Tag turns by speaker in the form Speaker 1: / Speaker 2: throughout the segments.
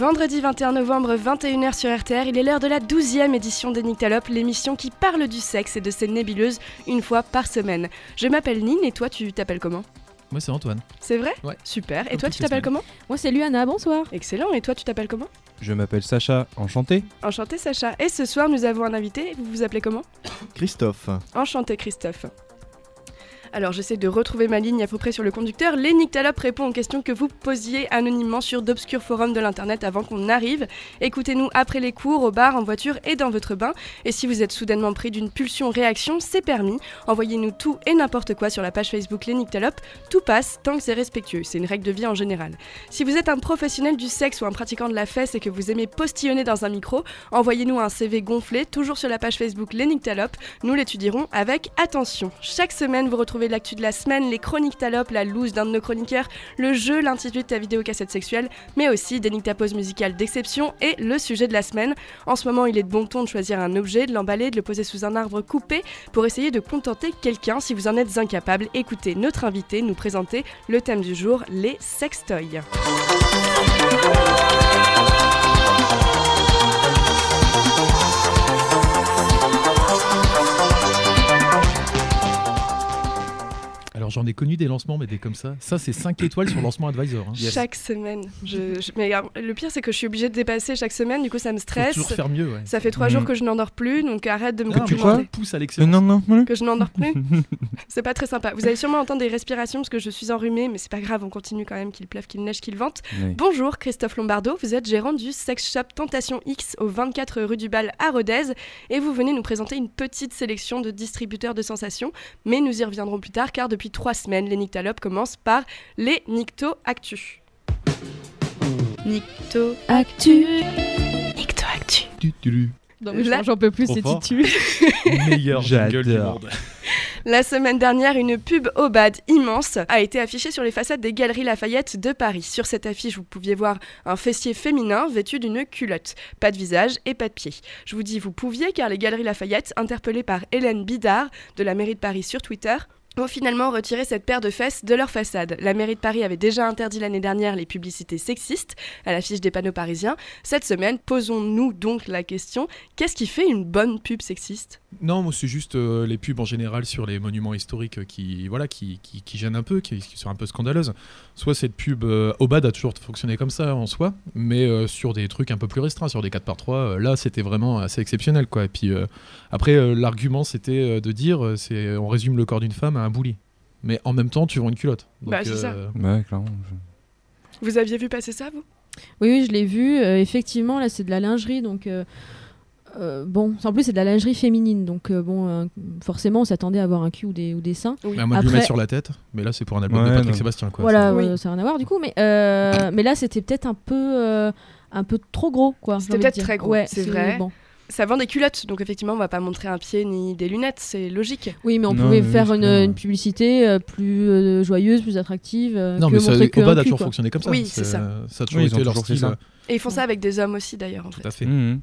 Speaker 1: mercredi 21 novembre, 21h sur RTR, il est l'heure de la 12e édition des Nyctalopes, l'émission qui parle du sexe et de ses nébuleuses une fois par semaine. Je m'appelle Nine et toi, tu t'appelles comment
Speaker 2: Moi, c'est Antoine.
Speaker 1: C'est vrai
Speaker 2: Ouais.
Speaker 1: Super. Et
Speaker 2: Comme
Speaker 1: toi,
Speaker 2: toutes
Speaker 1: tu
Speaker 2: les
Speaker 1: t'appelles comment
Speaker 3: Moi, c'est Luana, bonsoir.
Speaker 1: Excellent. Et toi, tu t'appelles comment
Speaker 4: Je m'appelle Sacha, enchanté.
Speaker 1: Enchanté, Sacha. Et ce soir, nous avons un invité. Vous vous appelez comment
Speaker 4: Christophe.
Speaker 1: Enchanté Christophe. Alors j'essaie de retrouver ma ligne à peu près sur le conducteur. Lénique Talop répond aux questions que vous posiez anonymement sur d'obscurs forums de l'internet avant qu'on arrive. Écoutez-nous après les cours, au bar, en voiture et dans votre bain. Et si vous êtes soudainement pris d'une pulsion réaction, c'est permis. Envoyez-nous tout et n'importe quoi sur la page Facebook Lénique Talop. Tout passe tant que c'est respectueux. C'est une règle de vie en général. Si vous êtes un professionnel du sexe ou un pratiquant de la fesse et que vous aimez postillonner dans un micro, envoyez-nous un CV gonflé toujours sur la page Facebook Lénique Talop nous l'étudierons avec attention. Chaque semaine, vous retrouvez l'actu de la semaine, les chroniques talopes, la loose d'un de nos chroniqueurs, le jeu, l'intitulé de ta vidéo cassette sexuelle, mais aussi des nictaposes musicales d'exception et le sujet de la semaine. En ce moment, il est de bon ton de choisir un objet, de l'emballer, de le poser sous un arbre coupé pour essayer de contenter quelqu'un si vous en êtes incapable. Écoutez notre invité nous présenter le thème du jour, les sextoys.
Speaker 2: Alors, j'en ai connu des lancements, mais des comme ça. Ça, c'est 5 étoiles sur lancement advisor. Hein.
Speaker 4: Yes.
Speaker 1: Chaque semaine. Je, je- mais euh, le pire, c'est que je suis obligée de dépasser chaque semaine, du coup, ça me
Speaker 2: Faut
Speaker 1: stresse.
Speaker 2: toujours faire mieux. Ouais.
Speaker 1: Ça fait trois
Speaker 4: Mm.
Speaker 1: jours que je n'endors plus, donc arrête de me
Speaker 2: Ah, mais
Speaker 4: tu
Speaker 2: on
Speaker 4: crois
Speaker 2: te pousse à
Speaker 4: Euh,
Speaker 2: l'excellence.
Speaker 4: non, non, non.
Speaker 1: que je n'endors plus. c'est pas très sympa. Vous allez sûrement entendre des respirations parce que je suis enrhumée, mais c'est pas grave, on continue quand même, qu'il pleuve, qu'il neige, qu'il vente.
Speaker 4: Oui.
Speaker 1: Bonjour, Christophe Lombardo, vous êtes gérant du sex shop Tentation X au 24 rue du Bal à Rodez et vous venez nous présenter une petite sélection de distributeurs de sensations, mais nous y reviendrons plus tard car depuis trois semaines, les Nyctalopes commencent par les Nicto Actu. Nicto,
Speaker 3: Actu.
Speaker 1: Nicto Actu.
Speaker 4: Tu, tu, tu.
Speaker 3: Non, mais je
Speaker 1: Là-
Speaker 3: pense que j'en peux plus,
Speaker 2: Trop
Speaker 3: c'est
Speaker 2: fort.
Speaker 3: titu.
Speaker 2: Meilleur jingle du
Speaker 4: J'adore.
Speaker 2: monde.
Speaker 1: La semaine dernière, une pub Obad immense a été affichée sur les façades des Galeries Lafayette de Paris. Sur cette affiche, vous pouviez voir un fessier féminin vêtu d'une culotte. Pas de visage et pas de pied. Je vous dis vous pouviez car les Galeries Lafayette, interpellées par Hélène Bidard de la mairie de Paris sur Twitter, ont finalement retiré cette paire de fesses de leur façade. La mairie de Paris avait déjà interdit l'année dernière les publicités sexistes à l'affiche des panneaux parisiens. Cette semaine, posons-nous donc la question, qu'est-ce qui fait une bonne pub sexiste
Speaker 2: Non, moi, c'est juste euh, les pubs en général sur les monuments historiques euh, qui, voilà, qui, qui, qui gênent un peu, qui, qui sont un peu scandaleuses. Soit cette pub euh, Obad a toujours fonctionné comme ça en soi, mais euh, sur des trucs un peu plus restreints, sur des 4x3, euh, là, c'était vraiment assez exceptionnel. Quoi. Et puis euh, après, euh, l'argument, c'était euh, de dire euh, c'est, on résume le corps d'une femme à un bouli. Mais en même temps, tu vends une culotte. Donc, euh,
Speaker 1: Bah, c'est ça.
Speaker 4: Bah ouais, clairement. je-
Speaker 1: Vous aviez vu passer ça, vous
Speaker 3: Oui, oui, je l'ai vu. euh, effectivement, là, c'est de la lingerie, donc. euh, euh, bon, en plus c'est de la lingerie féminine, donc euh, bon, euh, forcément on s'attendait à avoir un cul ou des, ou des seins.
Speaker 1: Oui.
Speaker 2: Mais à moins de lui
Speaker 3: Après-
Speaker 2: mettre sur la tête, mais là c'est pour un album de
Speaker 4: Ouais,
Speaker 2: Patrick
Speaker 4: non.
Speaker 2: Sébastien quoi.
Speaker 3: voilà,
Speaker 1: Oui.
Speaker 3: euh, ça n'a rien à voir du coup, mais, euh, mais là c'était peut-être un peu, euh, un peu trop gros quoi. j'ai
Speaker 1: C'était
Speaker 3: envie de
Speaker 1: peut-être
Speaker 3: dire.
Speaker 1: très gros,
Speaker 3: Ouais,
Speaker 1: c'est vrai.
Speaker 3: bon.
Speaker 1: Ça vend des culottes, donc effectivement, on va pas montrer un pied ni des lunettes, c'est logique.
Speaker 3: Oui, mais on
Speaker 4: Non,
Speaker 3: pouvait
Speaker 4: oui,
Speaker 3: faire
Speaker 4: je
Speaker 3: une,
Speaker 4: crois.
Speaker 3: une publicité euh, plus euh, joyeuse, plus attractive. euh,
Speaker 2: Non
Speaker 3: que
Speaker 2: mais ça,
Speaker 3: montrer que
Speaker 2: Obad
Speaker 3: un
Speaker 2: a
Speaker 3: cul,
Speaker 2: toujours
Speaker 3: quoi.
Speaker 2: fonctionné comme ça. euh,
Speaker 1: Oui, c'est ça.
Speaker 2: Ça a toujours
Speaker 4: Oui, ils
Speaker 2: été
Speaker 4: ont
Speaker 2: leur
Speaker 4: toujours fait
Speaker 2: style.
Speaker 4: ça.
Speaker 2: euh,
Speaker 1: Et ils font ça avec des hommes aussi, d'ailleurs, en fait.
Speaker 2: Tout à fait.
Speaker 4: Mhm.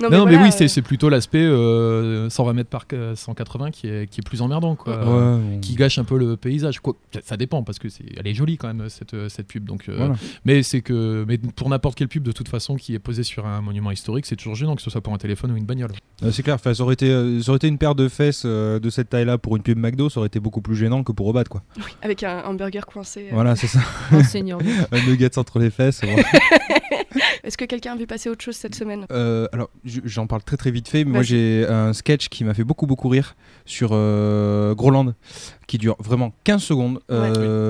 Speaker 2: Non, mais,
Speaker 1: voilà,
Speaker 2: oui, c'est-
Speaker 1: euh,
Speaker 2: c'est plutôt l'aspect euh, 120 mètres par euh, 180 qui est, qui est plus emmerdant, quoi. Euh,
Speaker 4: Ouais, bon.
Speaker 2: Qui gâche un peu le paysage. Quoi, ça- ça dépend parce que c'est, elle est jolie quand même cette, euh, cette pub. Donc, euh,
Speaker 4: Voilà.
Speaker 2: mais c'est que, mais pour n'importe quelle pub de toute façon qui est posée sur un monument historique, c'est toujours gênant que ce soit pour un téléphone ou une bagnole.
Speaker 4: Euh, c'est clair, enfin, ça aurait, été, euh, ça aurait été une paire de fesses euh, de cette taille-là pour une pub McDo, ça aurait été beaucoup plus gênant que pour Obat, quoi.
Speaker 1: euh, Avec un hamburger coincé. euh.
Speaker 4: Voilà, c'est ça.
Speaker 3: Oh, Seigneur.
Speaker 4: Un nugget entre les fesses. bon.
Speaker 1: Est-ce que quelqu'un a vu passer autre chose cette semaine
Speaker 4: Euh, alors, j- j'en parle très très vite fait, mais moi
Speaker 1: Vas-y.
Speaker 4: j'ai un sketch qui m'a fait beaucoup beaucoup rire sur euh, Groland, qui dure vraiment 15 secondes. Euh,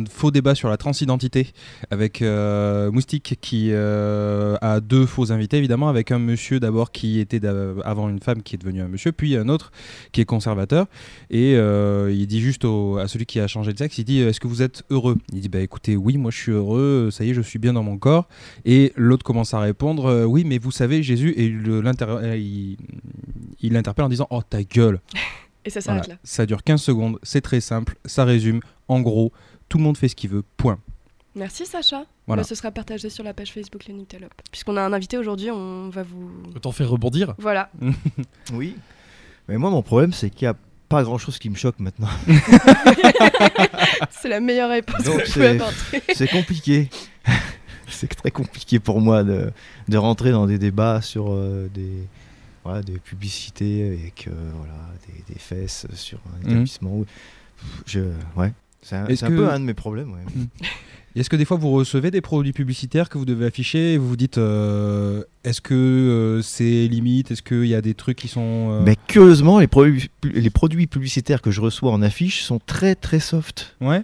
Speaker 4: Un faux débat sur la transidentité avec euh, Moustique qui euh, a deux faux invités évidemment, avec un monsieur d'abord qui était d'a- avant une femme qui est devenue un monsieur, puis un autre qui est conservateur. Et euh, il dit juste au- à celui qui a changé de sexe, il dit euh, est-ce que vous êtes heureux Il dit bah écoutez oui moi je suis heureux, ça y est je suis bien dans mon corps. Et l'autre commence à répondre euh, oui mais vous savez Jésus et le- l'inter- euh, il il l'interpelle en disant oh ta gueule.
Speaker 1: Et ça s'arrête
Speaker 4: Voilà. Ça dure 15 secondes, c'est très simple, ça résume en gros tout le monde fait ce qu'il veut. Point.
Speaker 1: là. Merci, Sacha.
Speaker 4: Voilà.
Speaker 1: Bah, ce sera partagé sur la page Facebook Les Nictalopes. Puisqu'on a un invité aujourd'hui, on va vous.
Speaker 2: Autant faire rebondir.
Speaker 1: Voilà.
Speaker 5: Oui. Mais moi, mon problème, c'est qu'il n'y a pas grand chose qui me choque maintenant.
Speaker 1: c'est la meilleure réponse
Speaker 5: Donc,
Speaker 1: que je peux
Speaker 5: c'est-
Speaker 1: apporter.
Speaker 5: c'est compliqué. c'est très compliqué pour moi de, de rentrer dans des débats sur euh, des, voilà, des publicités avec euh, voilà, des, des fesses sur un
Speaker 4: Mhm.
Speaker 5: établissement. où- Je, ouais. C'est un,
Speaker 4: Est-ce
Speaker 5: c'est un
Speaker 4: que-
Speaker 5: peu un de mes problèmes. ouais.
Speaker 4: Est-ce que des fois vous recevez des produits publicitaires que vous devez afficher et vous vous dites euh, est-ce que euh, c'est limite Est-ce qu'il y a des trucs qui sont. euh,
Speaker 5: Mais curieusement, les, produits pu- les produits publicitaires que je reçois en affiche sont très très soft.
Speaker 4: Ouais.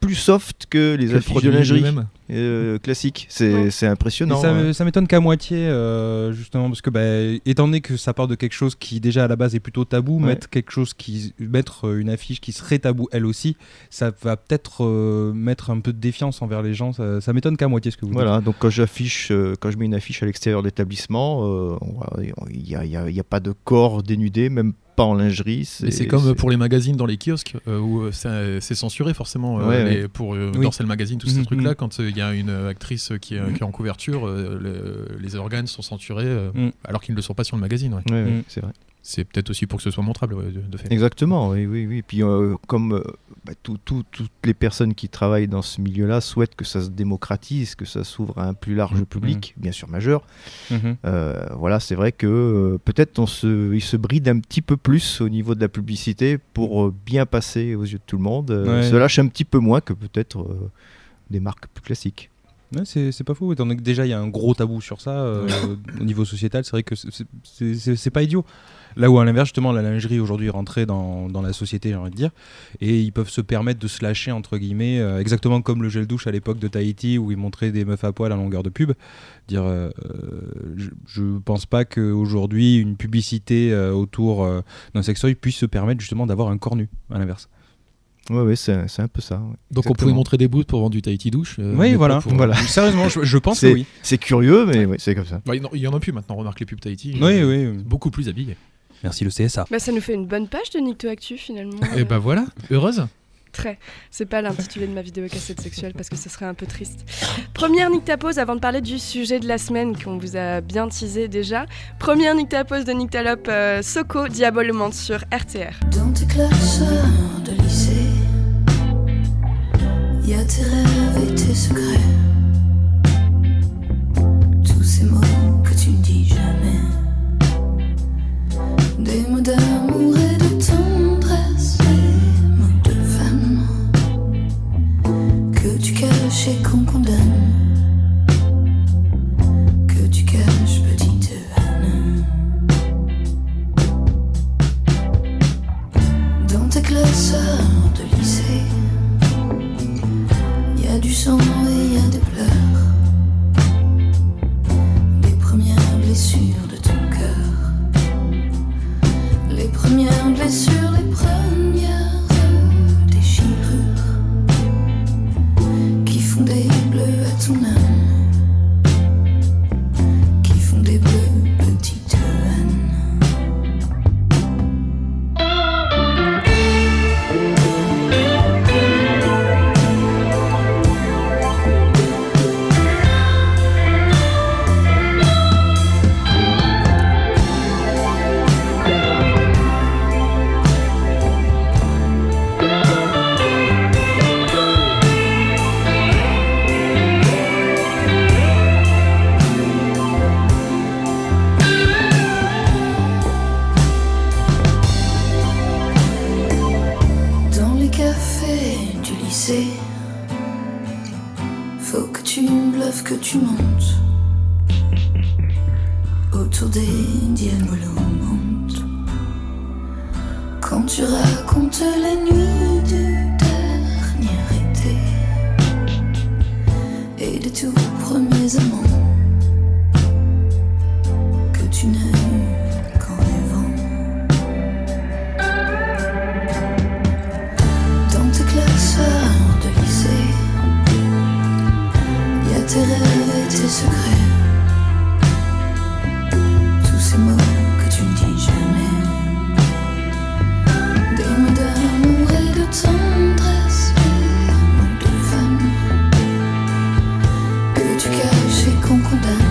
Speaker 5: Plus soft que les
Speaker 2: Que le
Speaker 5: affiches de
Speaker 2: produit
Speaker 5: lingerie
Speaker 2: lui-même.
Speaker 5: euh, classiques. C'est
Speaker 1: Ouais.
Speaker 5: c'est impressionnant.
Speaker 4: Mais ça,
Speaker 5: ouais.
Speaker 4: ça m'étonne qu'à moitié, euh, justement, parce que bah, étant donné que ça part de quelque chose qui déjà à la base est plutôt tabou,
Speaker 5: Ouais.
Speaker 4: mettre quelque chose qui, mettre euh, une affiche qui serait tabou elle aussi, ça va peut-être euh, mettre un peu de défiance envers les gens. Ça, ça m'étonne qu'à moitié ce que vous
Speaker 5: Voilà, donc quand j'affiche, euh, quand je mets une affiche à l'extérieur de l'établissement, euh, on voit- il n'y a, il y a- il y a pas de corps dénudé, même pas en lingerie.
Speaker 2: Mais c'est comme pour les magazines dans les kiosques euh, où euh, ça- c'est censuré forcément euh,
Speaker 5: Ouais,
Speaker 2: les- pour euh,
Speaker 4: Oui.
Speaker 2: Dorsal Magazine, tous ces
Speaker 4: Mhm,
Speaker 2: trucs-là.
Speaker 4: mhm.
Speaker 2: Quand euh, il y a une euh, actrice qui est, qui est en couverture, euh, le- les organes sont censurés euh,
Speaker 4: Mhm.
Speaker 2: alors qu'ils ne le sont pas sur le magazine. ouais.
Speaker 5: Ouais, ouais,
Speaker 4: Mm.
Speaker 5: c'est vrai.
Speaker 2: C'est peut-être aussi pour que ce soit montrable ouais, de, de fait.
Speaker 5: Exactement, oui, oui, oui. Et puis euh, comme euh, bah, tout- tout- toutes les personnes qui travaillent dans ce milieu-là souhaitent que ça se démocratise, que ça s'ouvre à un plus large
Speaker 2: Mm.
Speaker 5: public, bien sûr majeur,
Speaker 4: dites. Mhm.
Speaker 5: Euh, voilà, c'est vrai que euh, peut-être on se, il se bride un petit peu plus au niveau de la publicité pour euh, bien passer aux yeux de tout le monde. Euh,
Speaker 4: Ouais.
Speaker 5: Se lâche un petit peu moins que peut-être euh, des marques plus classiques.
Speaker 4: Ouais, c'est c'est pas faux, étant donné que déjà il y a un gros tabou sur ça euh, au niveau sociétal, c'est vrai que c'est- c'est- c'est c'est- c'est pas idiot. Là où à l'inverse, justement, la lingerie aujourd'hui est rentrée dans, dans la société, j'ai envie de dire, et ils peuvent se permettre de se lâcher, entre guillemets, euh, exactement comme le gel douche à l'époque de Tahiti où ils montraient des meufs à poil à longueur de pub. Dire, euh, euh, je, je pense pas qu'aujourd'hui une publicité euh, autour euh, d'un sextoy puisse se permettre justement d'avoir un corps nu, à l'inverse.
Speaker 5: Ouais, ouais, c'est c'est un peu ça. ouais.
Speaker 2: Donc on
Speaker 5: Exactement.
Speaker 2: pouvait montrer des bouts pour vendre du Tahiti douche. euh, mais
Speaker 4: oui,
Speaker 2: pas
Speaker 4: voilà.
Speaker 2: pour-
Speaker 5: Voilà.
Speaker 4: Sérieusement, je, je pense que
Speaker 5: C'est-
Speaker 4: oui.
Speaker 5: C'est curieux, mais ouais, c'est comme ça.
Speaker 2: Bah, il y en a- il y en a plus maintenant, remarque les pubs Tahiti.
Speaker 4: Oui,
Speaker 2: euh,
Speaker 4: oui.
Speaker 2: Beaucoup plus habillés.
Speaker 4: Merci le CSA.
Speaker 1: Bah, ça nous fait une bonne page de Nicto Actu finalement.
Speaker 4: Eh
Speaker 2: Et
Speaker 4: ben,
Speaker 2: bah voilà, heureuse.
Speaker 1: Très. C'est pas l'intitulé de ma vidéo cassette sexuelle parce que ce serait un peu triste. Première Nictapause avant de parler du sujet de la semaine qu'on vous a bien teasé déjà. Première Nictapause de Nictalope euh, Soko Diabolement sur RTR.
Speaker 6: Dans tes classes de lycée, y a tes rêves et tes secrets. Tous ces mots que tu ne dis jamais. Des mots d'amour et de tendresse. Des mots de femme que tu caches et qu'on condamne. Que tu caches, petite Anne. Dans ta classe de lycée, y a du sang et y a des pleurs. Les premières blessures de ton cœur. Les premières blessures, les premières déchirures qui font des bleus à ton âme. Qui font des bleus, petite Anne. Dans les cafés du lycée, faut que tu bluffes, que tu montes. Autour des diabolos monte. Quand tu racontes la nuit du dernier été et des tout premiers amants que tu n'as eu qu'en rêvant. Dans tes classes de lycée, y a tes rêves et tes secrets. Tous ces mots que tu ne dis jamais. Des mots d'amour et de tendresse, des mots de femme. Que tu caches et qu'on condamne.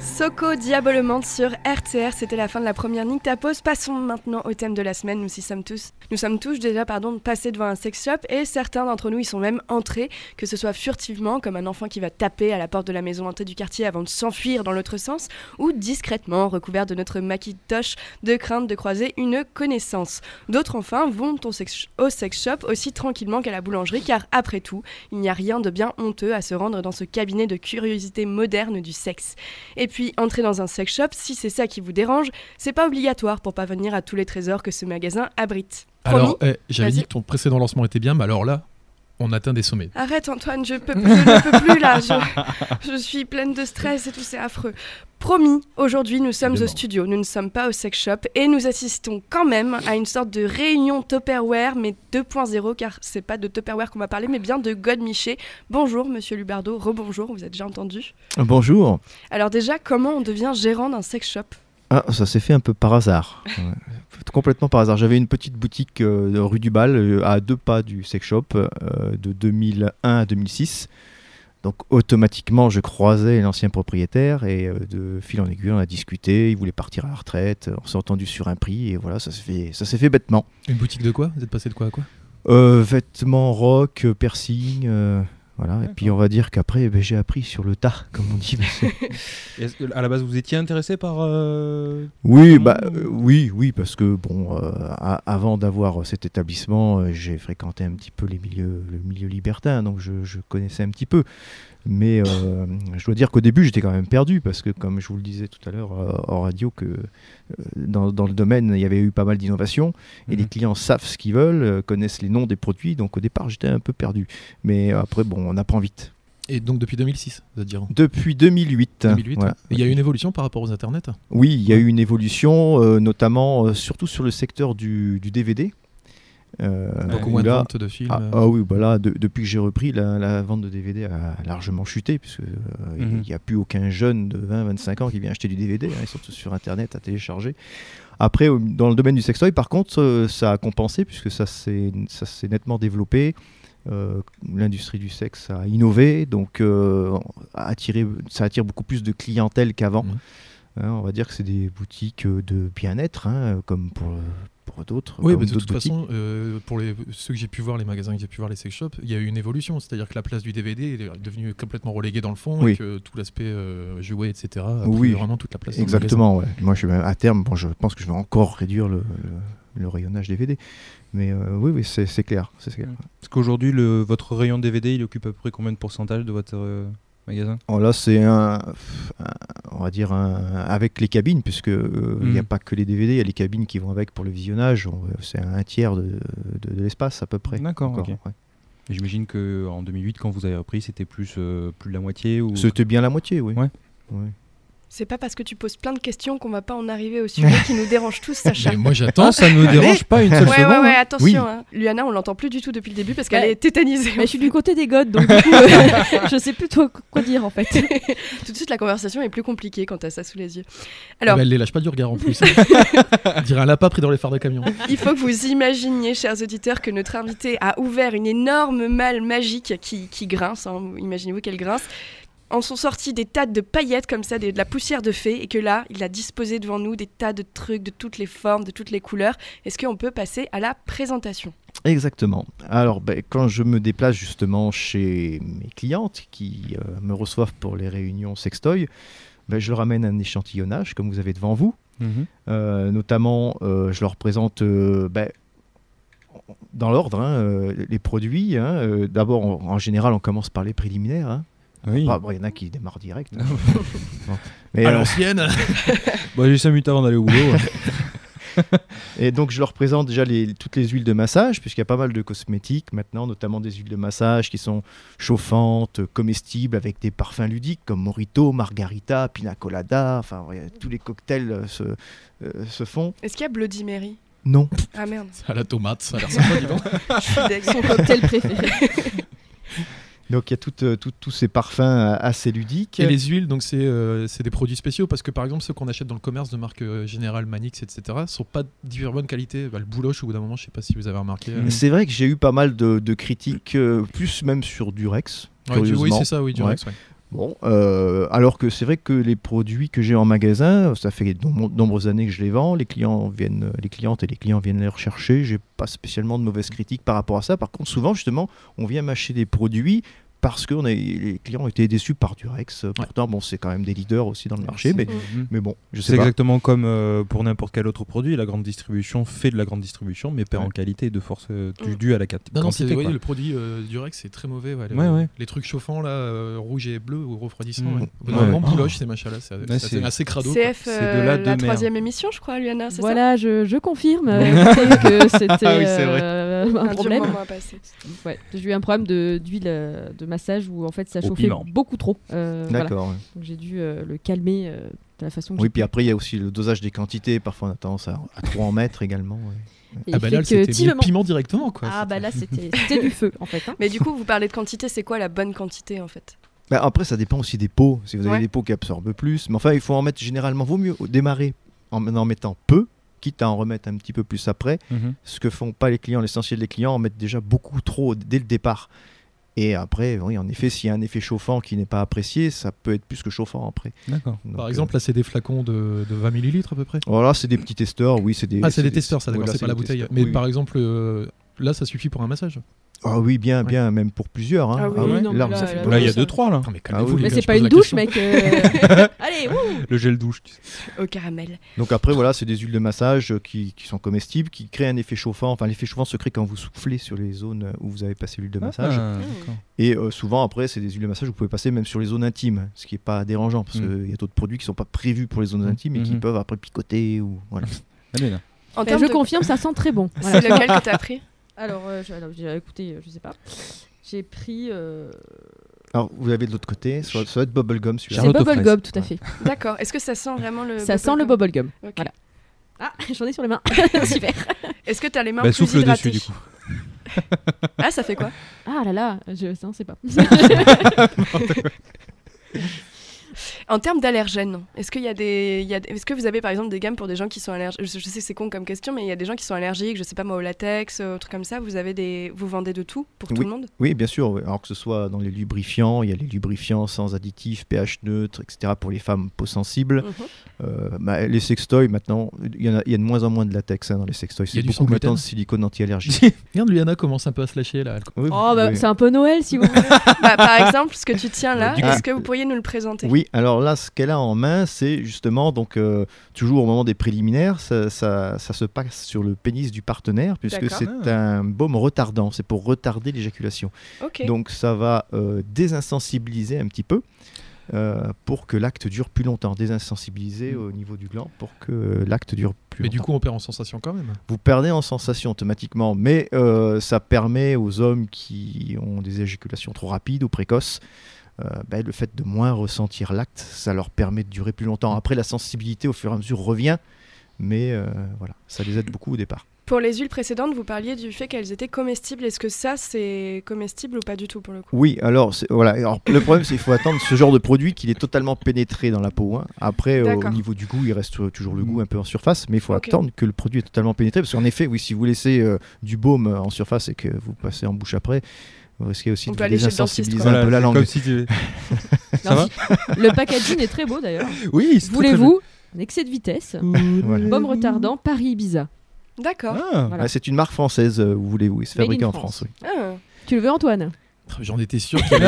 Speaker 1: Soko Diabolement sur RTR, c'était la fin de la première Nictapause. Passons maintenant au thème de la semaine. Nous y sommes tous, nous sommes tous déjà pardon, passés devant un sex shop et certains d'entre nous y sont même entrés, que ce soit furtivement, comme un enfant qui va taper à la porte de la maison hantée du quartier avant de s'enfuir dans l'autre sens, ou discrètement, recouvert de notre maquitoche de crainte de croiser une connaissance. D'autres enfin vont au sex, au sex shop aussi tranquillement qu'à la boulangerie, car après tout, il n'y a rien de bien honteux à se rendre dans ce cabinet de curiosité moderne du sexe. Et puis, entrer dans un sex shop, si c'est ça qui vous dérange, c'est pas obligatoire pour pas venir à tous les trésors que ce magasin abrite. Promis
Speaker 2: Alors, eh, j'avais
Speaker 1: Vas-y.
Speaker 2: dit que ton précédent lancement était bien, mais alors là, on atteint des sommets.
Speaker 1: Arrête Antoine, je peux plus, je ne peux plus là, je, je suis pleine de stress et tout, c'est affreux. Promis, aujourd'hui nous sommes au
Speaker 2: Évidemment.
Speaker 1: studio, nous ne sommes pas au sex shop et nous assistons quand même à une sorte de réunion Tupperware mais 2.0 car c'est pas de Tupperware qu'on va parler mais bien de Godmiché. Bonjour monsieur Lubardo, rebonjour, on vous êtes déjà entendu.
Speaker 5: Bonjour.
Speaker 1: Alors déjà, comment on devient gérant d'un sex shop
Speaker 5: Ah, ça s'est fait un peu par hasard. Ouais. Complètement par hasard. J'avais une petite boutique euh, rue du Bal, euh, à deux pas du sex shop, euh, de 2001 à 2006. Donc automatiquement, je croisais l'ancien propriétaire et euh, de fil en aiguille, on a discuté. Il voulait partir à la retraite. On s'est entendu sur un prix et voilà, ça s'est fait, ça s'est fait bêtement.
Speaker 2: Une boutique de quoi Vous êtes passé de quoi à quoi
Speaker 5: Euh, vêtements, rock, euh, piercing. euh, voilà, et puis on va dire qu'après ben, j'ai appris sur le tas, comme on dit.
Speaker 4: Est-ce que, à la base, vous étiez intéressé par. euh,
Speaker 5: Oui,
Speaker 2: Mm.
Speaker 4: Mmh.
Speaker 5: bah, euh, oui, oui, parce que bon, euh, a- avant d'avoir euh, cet établissement, euh, j'ai fréquenté un petit peu les milieux, le milieu libertin, donc je, je connaissais un petit peu. Mais euh, je dois dire qu'au début, j'étais quand même perdu parce que, comme je vous le disais tout à l'heure euh, en radio, que euh, dans, dans le domaine, il y avait eu pas mal d'innovations et les
Speaker 2: Mm.
Speaker 4: Mhm.
Speaker 5: clients savent ce qu'ils veulent, euh, connaissent les noms des produits, donc au départ, j'étais un peu perdu. Mais après, bon, on apprend vite.
Speaker 2: Et donc depuis 2006, vous êtes dire
Speaker 5: Depuis 2008,
Speaker 2: 2008.
Speaker 5: voilà.
Speaker 2: hein. Il y a eu une évolution par rapport aux internets
Speaker 5: Oui, il y a eu une évolution, euh, notamment, euh, surtout sur le secteur du, du DVD. Euh,
Speaker 2: Beaucoup
Speaker 5: où
Speaker 2: moins de
Speaker 5: là-
Speaker 2: ventes de films.
Speaker 5: ah,
Speaker 2: euh,
Speaker 5: ah oui, bah là, de- depuis que j'ai repris, la, la vente de DVD a largement chuté, puisque euh, il
Speaker 4: Mhm.
Speaker 5: n'y a plus aucun jeune de 20-25 ans qui vient acheter du DVD, hein, ils sont tous sur Internet à télécharger. Après, au- dans le domaine du sextoy, par contre, euh, ça a compensé, puisque ça s'est ça s'est nettement développé. Euh, L'industrie du sexe a innové, donc euh, a attiré, ça attire beaucoup plus de clientèle qu'avant.
Speaker 2: Mhm.
Speaker 5: Hein, on va dire que c'est des boutiques euh, de bien-être, hein, comme pour, pour d'autres.
Speaker 2: Oui,
Speaker 5: comme
Speaker 2: mais de
Speaker 5: d'autres
Speaker 2: toute
Speaker 5: boutiques.
Speaker 2: façon, euh, pour les, ceux que j'ai pu voir, les magasins que j'ai pu voir, les sex shops, il y a eu une évolution. C'est-à-dire que la place du DVD est devenue complètement reléguée dans le fond
Speaker 5: Oui.
Speaker 2: et que tout l'aspect euh, jouet, etc. a
Speaker 5: Oui.
Speaker 2: pris vraiment toute la place. dans le
Speaker 5: Exactement, ouais. Moi, je, à terme, bon, je pense que je vais encore réduire le, le- le rayonnage DVD. Mais euh, oui, oui, c'est c'est clair. c'est clair.
Speaker 4: Mm. Parce qu'aujourd'hui, le- votre rayon DVD, il occupe à peu près combien de pourcentage de votre euh, magasin
Speaker 5: Oh, là, c'est un, pff, un- on va dire, un- avec les cabines, puisque euh, il n'y a
Speaker 4: Mm.
Speaker 5: pas que les DVD, il y a les cabines qui vont avec pour le visionnage. On- euh, C'est un tiers de, de- de l'espace à peu près.
Speaker 4: D'accord,
Speaker 5: Encore,
Speaker 4: ok.
Speaker 5: ouais.
Speaker 4: Et J'imagine que en 2008, quand vous avez repris, c'était plus, euh, plus de la moitié ou...
Speaker 5: C'était bien la moitié, oui.
Speaker 4: Ouais.
Speaker 5: Ouais.
Speaker 1: C'est pas parce que tu poses plein de questions qu'on va pas en arriver au sujet qui nous dérange tous, Sacha.
Speaker 2: Mais moi, j'attends.
Speaker 4: Attends, ça ne me dérange pas une seule
Speaker 1: Hein Ouais,
Speaker 4: seconde.
Speaker 1: ouais, ouais,
Speaker 4: hein.
Speaker 1: attention.
Speaker 4: Oui.
Speaker 1: hein. Luana, on l'entend plus du tout depuis le début parce qu'elle
Speaker 3: Ouais.
Speaker 1: est tétanisée.
Speaker 3: Mais je suis du côté des godes, donc du coup, euh, je sais plus trop quoi dire en fait.
Speaker 1: Tout de suite, la conversation est plus compliquée quand t'as ça sous les yeux. Alors,
Speaker 2: Alors... Eh ben, elle les lâche pas du regard en plus. On dirait un lapin pris dans les phares de camion.
Speaker 1: il faut que vous imaginiez, chers auditeurs, que notre invité a ouvert une énorme malle magique qui, qui grince. hein. Imaginez-vous qu'elle grince. En sont sortis des tas de paillettes comme ça, des- de la poussière de fée, et que là, il a disposé devant nous des tas de trucs de toutes les formes, de toutes les couleurs. Est-ce qu'on peut passer à la présentation
Speaker 5: Exactement. Alors, ben, quand je me déplace justement chez mes clientes qui euh, me reçoivent pour les réunions sextoy, ben, je leur amène un échantillonnage, comme vous avez devant vous.
Speaker 4: Mhm.
Speaker 5: Euh, notamment, euh, je leur présente euh, ben, dans l'ordre hein, euh, les produits. hein. Euh, D'abord, en, en général, on commence par les préliminaires. hein.
Speaker 4: Oui.
Speaker 5: Ah, bon, Il y en a qui démarrent direct. hein. Bon. Mais,
Speaker 2: À
Speaker 5: euh,
Speaker 2: l'ancienne.
Speaker 4: Bon, bah, j'ai 5 minutes avant d'aller au boulot.
Speaker 5: Et donc, je leur présente déjà les- toutes les huiles de massage, puisqu'il y a pas mal de cosmétiques maintenant, notamment des huiles de massage qui sont chauffantes, euh, comestibles, avec des parfums ludiques comme Morito, Margarita, Pina Colada. Enfin, ouais, tous les cocktails euh, se, euh, se font.
Speaker 1: Est-ce qu'il y a Bloody Mary
Speaker 5: Non.
Speaker 1: Ah merde,
Speaker 2: À la tomate, ça a l'air sympa, dis donc.
Speaker 1: je suis deg.
Speaker 3: Son cocktail préféré.
Speaker 5: Donc, il y a tout, euh, tout- tous ces parfums euh, assez ludiques.
Speaker 2: Et les huiles, donc c'est euh, c'est des produits spéciaux parce que par exemple ceux qu'on achète dans le commerce de marque euh, Générale, Manix, etc. sont pas d'hyper bonne qualité. Bah, le bouloche au bout d'un moment, je sais pas si vous avez remarqué. euh,
Speaker 5: Mais C'est vrai que j'ai eu pas mal de, de critiques, euh, plus même sur Durex.
Speaker 2: ouais, du- oui,
Speaker 5: curieusement.
Speaker 2: c'est ça, oui, du
Speaker 5: Ouais.
Speaker 2: Rex, ouais.
Speaker 5: Bon, euh, alors que c'est vrai que les produits que j'ai en magasin, ça fait de nombre- nombreuses années que je les vends, les clients viennent, les clientes et les clients viennent les rechercher, j'ai pas spécialement de mauvaises critiques par rapport à ça. Par contre, souvent justement, on vient m'acheter des produits parce que on a- les clients étaient déçus par Durex. Pourtant, bon, c'est quand même des leaders aussi dans le marché, mais,
Speaker 4: Mhm.
Speaker 5: mais bon, je
Speaker 4: C'est
Speaker 5: sais pas.
Speaker 4: exactement comme euh, pour n'importe quel autre produit. La grande distribution fait de la grande distribution, mais perd en qualité de force euh, du,
Speaker 1: Mm.
Speaker 4: due à la quat-
Speaker 2: Non, non, c'est-
Speaker 4: quantité.
Speaker 2: vous voyez,
Speaker 4: quoi.
Speaker 2: le produit euh, Durex, c'est très mauvais. ouais, le-
Speaker 4: Ouais, ouais.
Speaker 2: Les trucs chauffants, là, euh, rouge et bleu ou refroidissant.
Speaker 4: Mmh.
Speaker 2: ouais. Au bout d'un
Speaker 4: Ouais,
Speaker 2: moment,
Speaker 4: ouais.
Speaker 2: Biloche, ces machins-là, c'est
Speaker 4: Ouais,
Speaker 2: c'est
Speaker 4: c'est-
Speaker 2: assez, assez crado. quoi.
Speaker 1: CF,
Speaker 4: C'est de
Speaker 1: euh,
Speaker 4: la
Speaker 1: la,
Speaker 4: de merde.
Speaker 1: troisième émission, je crois, Luana, c'est
Speaker 3: Voilà, je, je confirme euh, que c'était
Speaker 4: oui, c'est vrai.
Speaker 3: euh,
Speaker 1: ça
Speaker 3: un
Speaker 1: dur
Speaker 3: problème.
Speaker 1: Ah, moment à passer.
Speaker 3: Ouais, j'ai eu un problème de- d'huile euh, de massage où en fait ça
Speaker 4: Au
Speaker 3: chauffait
Speaker 4: piment.
Speaker 3: beaucoup trop. Euh, voilà.
Speaker 5: D'accord. ouais.
Speaker 3: Donc j'ai dû euh, le calmer euh, de la façon que
Speaker 5: Oui, puis après, il y a aussi le dosage des quantités. Parfois, on a tendance à, à trop en mettre également. ouais.
Speaker 3: j'ai-
Speaker 2: Ah bah là, c'était mis le
Speaker 3: effectivement-
Speaker 2: piment directement, quoi.
Speaker 3: Ah bah là c'était c'était du feu en fait. hein.
Speaker 1: Mais du coup, vous parlez de quantité, c'est quoi la bonne quantité en fait
Speaker 5: Bah, après, ça dépend aussi des pots. Si vous avez
Speaker 1: Ouais.
Speaker 5: des pots qui absorbent plus, mais enfin, il faut en mettre généralement. Vaut mieux démarrer en en mettant peu, quitte à en remettre un petit peu plus après.
Speaker 4: Mhm.
Speaker 5: Ce que font pas les clients, l'essentiel des clients, en mettent déjà beaucoup trop dès le départ. Et après, oui, en effet, s'il y a un effet chauffant qui n'est pas apprécié, ça peut être plus que chauffant après.
Speaker 4: D'accord.
Speaker 5: Donc,
Speaker 2: Par
Speaker 5: euh,
Speaker 2: exemple, là, c'est des flacons de, de 20 millilitres à peu près.
Speaker 5: voilà, c'est des petits testeurs, oui, c'est des.
Speaker 2: Ah, c'est des testeurs, ça, d'accord,
Speaker 5: voilà,
Speaker 2: c'est pas la
Speaker 5: des
Speaker 2: bouteille.
Speaker 5: testeurs,
Speaker 2: Mais
Speaker 5: oui.
Speaker 2: par exemple, euh, là, ça suffit pour un massage.
Speaker 5: Ah oui, bien,
Speaker 2: Ouais.
Speaker 5: bien, même pour plusieurs. hein.
Speaker 1: Ah oui,
Speaker 5: ouais,
Speaker 3: oui, non, mais
Speaker 5: là,
Speaker 3: là,
Speaker 5: ça fait
Speaker 3: là,
Speaker 5: beaucoup.
Speaker 4: Là, il y a
Speaker 3: ça-
Speaker 4: deux trois là.
Speaker 2: Non, mais
Speaker 5: Ah
Speaker 2: calmez-vous, les
Speaker 5: oui.
Speaker 3: Mais
Speaker 2: gars,
Speaker 3: c'est
Speaker 2: je
Speaker 3: pas
Speaker 2: pose
Speaker 3: une
Speaker 2: la
Speaker 3: douche
Speaker 2: question.
Speaker 3: mec. euh, Allez, ouh.
Speaker 4: Le gel douche. tu sais.
Speaker 1: Au caramel.
Speaker 5: Donc après, voilà, c'est des huiles de massage euh, qui, qui sont comestibles, qui créent un effet chauffant. Enfin, l'effet chauffant se crée quand vous soufflez sur les zones où vous avez passé l'huile de massage.
Speaker 4: Ah,
Speaker 1: Mmh.
Speaker 4: d'accord.
Speaker 5: Et euh, souvent, après, c'est des huiles de massage que vous pouvez passer même sur les zones intimes, ce qui n'est pas dérangeant, parce
Speaker 4: Mm.
Speaker 5: qu'il y a d'autres produits qui ne sont pas prévus pour les zones
Speaker 4: Mm.
Speaker 5: intimes et qui
Speaker 4: Mhm.
Speaker 5: peuvent après picoter. Ou... Voilà.
Speaker 4: Allez, là.
Speaker 1: En
Speaker 3: Enfin,
Speaker 1: termes
Speaker 3: Euh, je
Speaker 1: de...
Speaker 3: confirme, ça sent très bon. Voilà.
Speaker 1: C'est lequel que t'as pris
Speaker 3: Alors, euh, je- alors, j'ai- écoutez, euh, je sais pas. J'ai pris. euh,
Speaker 5: Alors, vous avez de l'autre côté, soit, soit être bubblegum, celui-là.
Speaker 3: C'est
Speaker 4: Charlotte aux fraises.
Speaker 3: bubblegum, tout à fait.
Speaker 1: D'accord. Est-ce que ça sent vraiment le
Speaker 3: Ça sent le
Speaker 1: bubblegum
Speaker 3: bubblegum.
Speaker 1: Ok.
Speaker 3: Voilà. Ah, j'en ai sur les mains. Super.
Speaker 1: Est-ce que t'as les mains
Speaker 4: Bah,
Speaker 1: plus
Speaker 4: souffle
Speaker 1: hydratées
Speaker 4: dessus du coup.
Speaker 1: Ah, ça fait quoi
Speaker 3: Ah là là, je ça, on sait pas.
Speaker 1: En termes d'allergènes, est-ce qu'il y a des, il y a des- est-ce que vous avez par exemple des gammes pour des gens qui sont allergiques je, je sais que c'est con comme question, mais il y a des gens qui sont allergiques, je sais pas moi au latex, euh, aux trucs comme ça. Vous avez des, vous vendez de tout pour tout le monde
Speaker 5: Oui, bien sûr. oui. Alors que ce soit dans les lubrifiants, il y a les lubrifiants sans additifs, pH neutre, etc. pour les femmes peau sensibles.
Speaker 1: Mhm.
Speaker 5: Euh, bah, les sextoys, maintenant, il y, en a- il y a de moins en moins de latex hein, dans les sextoys.
Speaker 2: y a
Speaker 5: C'est
Speaker 2: du
Speaker 5: beaucoup
Speaker 2: sans
Speaker 5: maintenant
Speaker 2: gluten.
Speaker 5: de silicone anti-allergie.
Speaker 2: Regarde, Luana commence un peu à se lâcher là.
Speaker 5: Oui,
Speaker 3: Oh bah
Speaker 5: oui.
Speaker 3: c'est un peu Noël si vous voulez.
Speaker 1: Bah, Par exemple, ce que tu tiens là,
Speaker 5: Du coup-
Speaker 1: est-ce que vous pourriez nous le présenter
Speaker 5: Oui, alors là, ce qu'elle a en main, c'est justement, donc, euh, toujours au moment des préliminaires, ça, ça- ça se passe sur le pénis du partenaire, puisque
Speaker 1: D'accord.
Speaker 5: c'est
Speaker 2: Ah.
Speaker 5: un baume retardant, c'est pour retarder l'éjaculation.
Speaker 1: Ok.
Speaker 5: Donc ça va euh, désinsensibiliser un petit peu. euh, pour que l'acte dure plus longtemps, désinsensibiliser au niveau du gland pour que euh, l'acte dure plus
Speaker 2: Mm. Mais
Speaker 5: longtemps.
Speaker 2: du coup, on perd en sensation quand même.
Speaker 5: Vous perdez en sensation automatiquement, mais euh, ça permet aux hommes qui ont des éjaculations trop rapides ou précoces, euh, ben, le fait de moins ressentir l'acte, ça leur permet de durer plus longtemps. Après, la sensibilité au fur et à mesure revient, mais euh, voilà, ça les aide beaucoup au départ.
Speaker 1: Pour les huiles précédentes, vous parliez du fait qu'elles étaient comestibles. Est-ce que ça, c'est comestible ou pas du tout pour le coup
Speaker 5: Oui, alors, c'est- voilà, alors, le problème, c'est qu'il faut attendre ce genre de produit qu'il est totalement pénétré dans la peau. hein. Après, euh, au
Speaker 1: D'accord. Mm.
Speaker 5: niveau du goût, il reste euh, toujours le goût un peu en surface, mais il faut
Speaker 1: Ok.
Speaker 5: attendre que le produit est totalement pénétré. Parce qu'en effet, oui, si vous laissez euh, du baume euh, en surface et que vous passez en bouche après, vous risquez aussi
Speaker 1: On
Speaker 5: de
Speaker 1: peut
Speaker 5: vous
Speaker 1: aller chez le dentiste,
Speaker 5: désinsensibiliser
Speaker 1: quoi.
Speaker 5: un peu la
Speaker 4: c'est
Speaker 5: langue.
Speaker 4: comme si tu- Ça va
Speaker 3: Non, si- Le packaging est très beau d'ailleurs.
Speaker 4: Oui, c'est très, très
Speaker 3: Voulez-vous un excès de vitesse
Speaker 4: joli.
Speaker 5: Voilà.
Speaker 3: Bombe retardant Paris Ibiza.
Speaker 1: D'accord.
Speaker 4: Ah.
Speaker 3: Voilà.
Speaker 5: Ah, c'est une marque française, euh, vous voulez, oui, c'est
Speaker 3: Made in
Speaker 5: fabriqué en
Speaker 3: France.
Speaker 5: France. oui.
Speaker 1: Ah.
Speaker 3: Tu le veux Antoine
Speaker 2: J'en étais sûr qu'il y avait-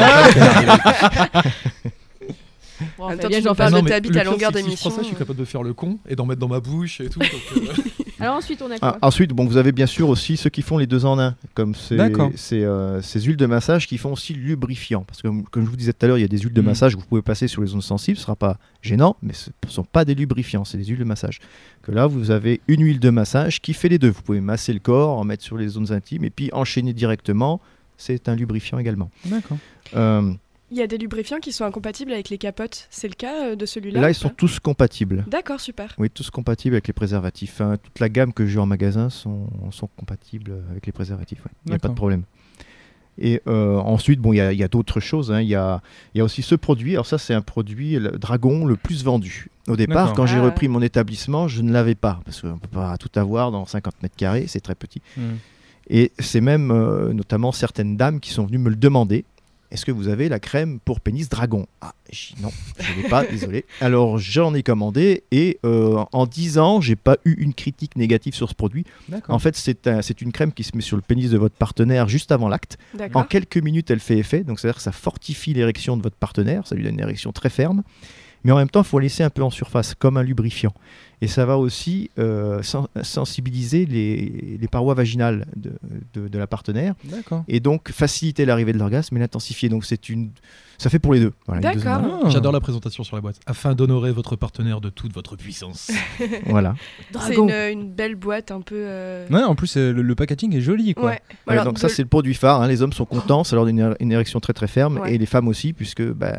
Speaker 3: bon,
Speaker 1: En même
Speaker 3: fallait
Speaker 1: temps, tu
Speaker 3: bien que j'en
Speaker 1: nous
Speaker 2: Ah
Speaker 1: parles
Speaker 3: parle.
Speaker 1: de
Speaker 2: mais
Speaker 1: ta bite
Speaker 2: le
Speaker 1: à
Speaker 2: pire,
Speaker 1: longueur
Speaker 2: c'est que si
Speaker 1: d'émission.
Speaker 2: Je prends ça, je suis capable de faire le con et d'en mettre dans ma bouche et tout. donc, euh,
Speaker 3: Alors ensuite on a
Speaker 5: Ah,
Speaker 3: quoi
Speaker 5: ensuite, bon, vous avez bien sûr aussi ceux qui font les deux en un, comme ces,
Speaker 4: D'accord.
Speaker 5: ces, euh, ces huiles de massage qui font aussi lubrifiant. Parce que, comme comme je vous disais tout à l'heure, il y a des huiles de
Speaker 4: Mhm.
Speaker 5: massage que vous pouvez passer sur les zones sensibles, ce sera pas gênant, mais ce ne sont pas des lubrifiants, c'est des huiles de massage. Que là, vous avez une huile de massage qui fait les deux. Vous pouvez masser le corps, en mettre sur les zones intimes, et puis enchaîner directement. C'est un lubrifiant également.
Speaker 4: D'accord.
Speaker 5: Euh,
Speaker 1: Il y a des lubrifiants qui sont incompatibles avec les capotes. C'est le cas euh, de celui-là
Speaker 5: là,
Speaker 1: ou
Speaker 5: ils sont
Speaker 1: pas
Speaker 5: tous compatibles.
Speaker 1: D'accord, super.
Speaker 5: Oui, tous compatibles avec les préservatifs. Enfin, toute la gamme que j'ai en magasin sont, sont compatibles avec les préservatifs. ouais. Il n'y a pas
Speaker 4: D'accord.
Speaker 5: de problème. Et euh, ensuite, bon, il y a, il y a d'autres choses. hein. Il y, a, il y a aussi ce produit. Alors ça, c'est un produit, le Dragon, le plus vendu. Au départ,
Speaker 4: D'accord.
Speaker 5: quand j'ai
Speaker 1: Ah.
Speaker 5: repris mon établissement, je ne l'avais pas. Parce qu'on ne peut pas tout avoir dans 50 mètres carrés, c'est très petit.
Speaker 4: Mm.
Speaker 5: Et c'est même euh, notamment certaines dames qui sont venues me le demander. Est-ce que vous avez la crème pour pénis dragon Ah, j'ai- non, je n'ai pas, désolé. Alors j'en ai commandé et euh, en 10 ans, j'ai pas eu une critique négative sur ce produit.
Speaker 4: D'accord.
Speaker 5: En fait, c'est un- c'est une crème qui se met sur le pénis de votre partenaire juste avant l'acte. En
Speaker 1: D'accord.
Speaker 5: quelques minutes, elle fait effet, donc c'est-à-dire que ça fortifie l'érection de votre partenaire, ça lui donne une érection très ferme, mais en même temps, il faut la laisser un peu en surface, comme un lubrifiant. Et ça va aussi euh, sen- sensibiliser les, les parois vaginales de, de- de la partenaire,
Speaker 4: D'accord.
Speaker 5: et donc faciliter l'arrivée de l'orgasme et l'intensifier. Donc c'est une... ça fait pour les deux. Voilà, les deux
Speaker 1: D'accord.
Speaker 4: Ah.
Speaker 5: endroits.
Speaker 2: J'adore la présentation sur la boîte. Afin d'honorer votre partenaire de toute votre puissance.
Speaker 5: Voilà.
Speaker 1: C'est une, une belle boîte un peu. euh,
Speaker 4: Ouais, en plus, euh, le, le packaging est joli. Quoi.
Speaker 1: Ouais. Alors,
Speaker 5: Ouais, donc
Speaker 1: de-
Speaker 5: ça c'est le produit phare, hein. les hommes sont contents, ça leur donne une, une érection très très ferme,
Speaker 1: Ouais.
Speaker 5: et les femmes aussi, puisque bah,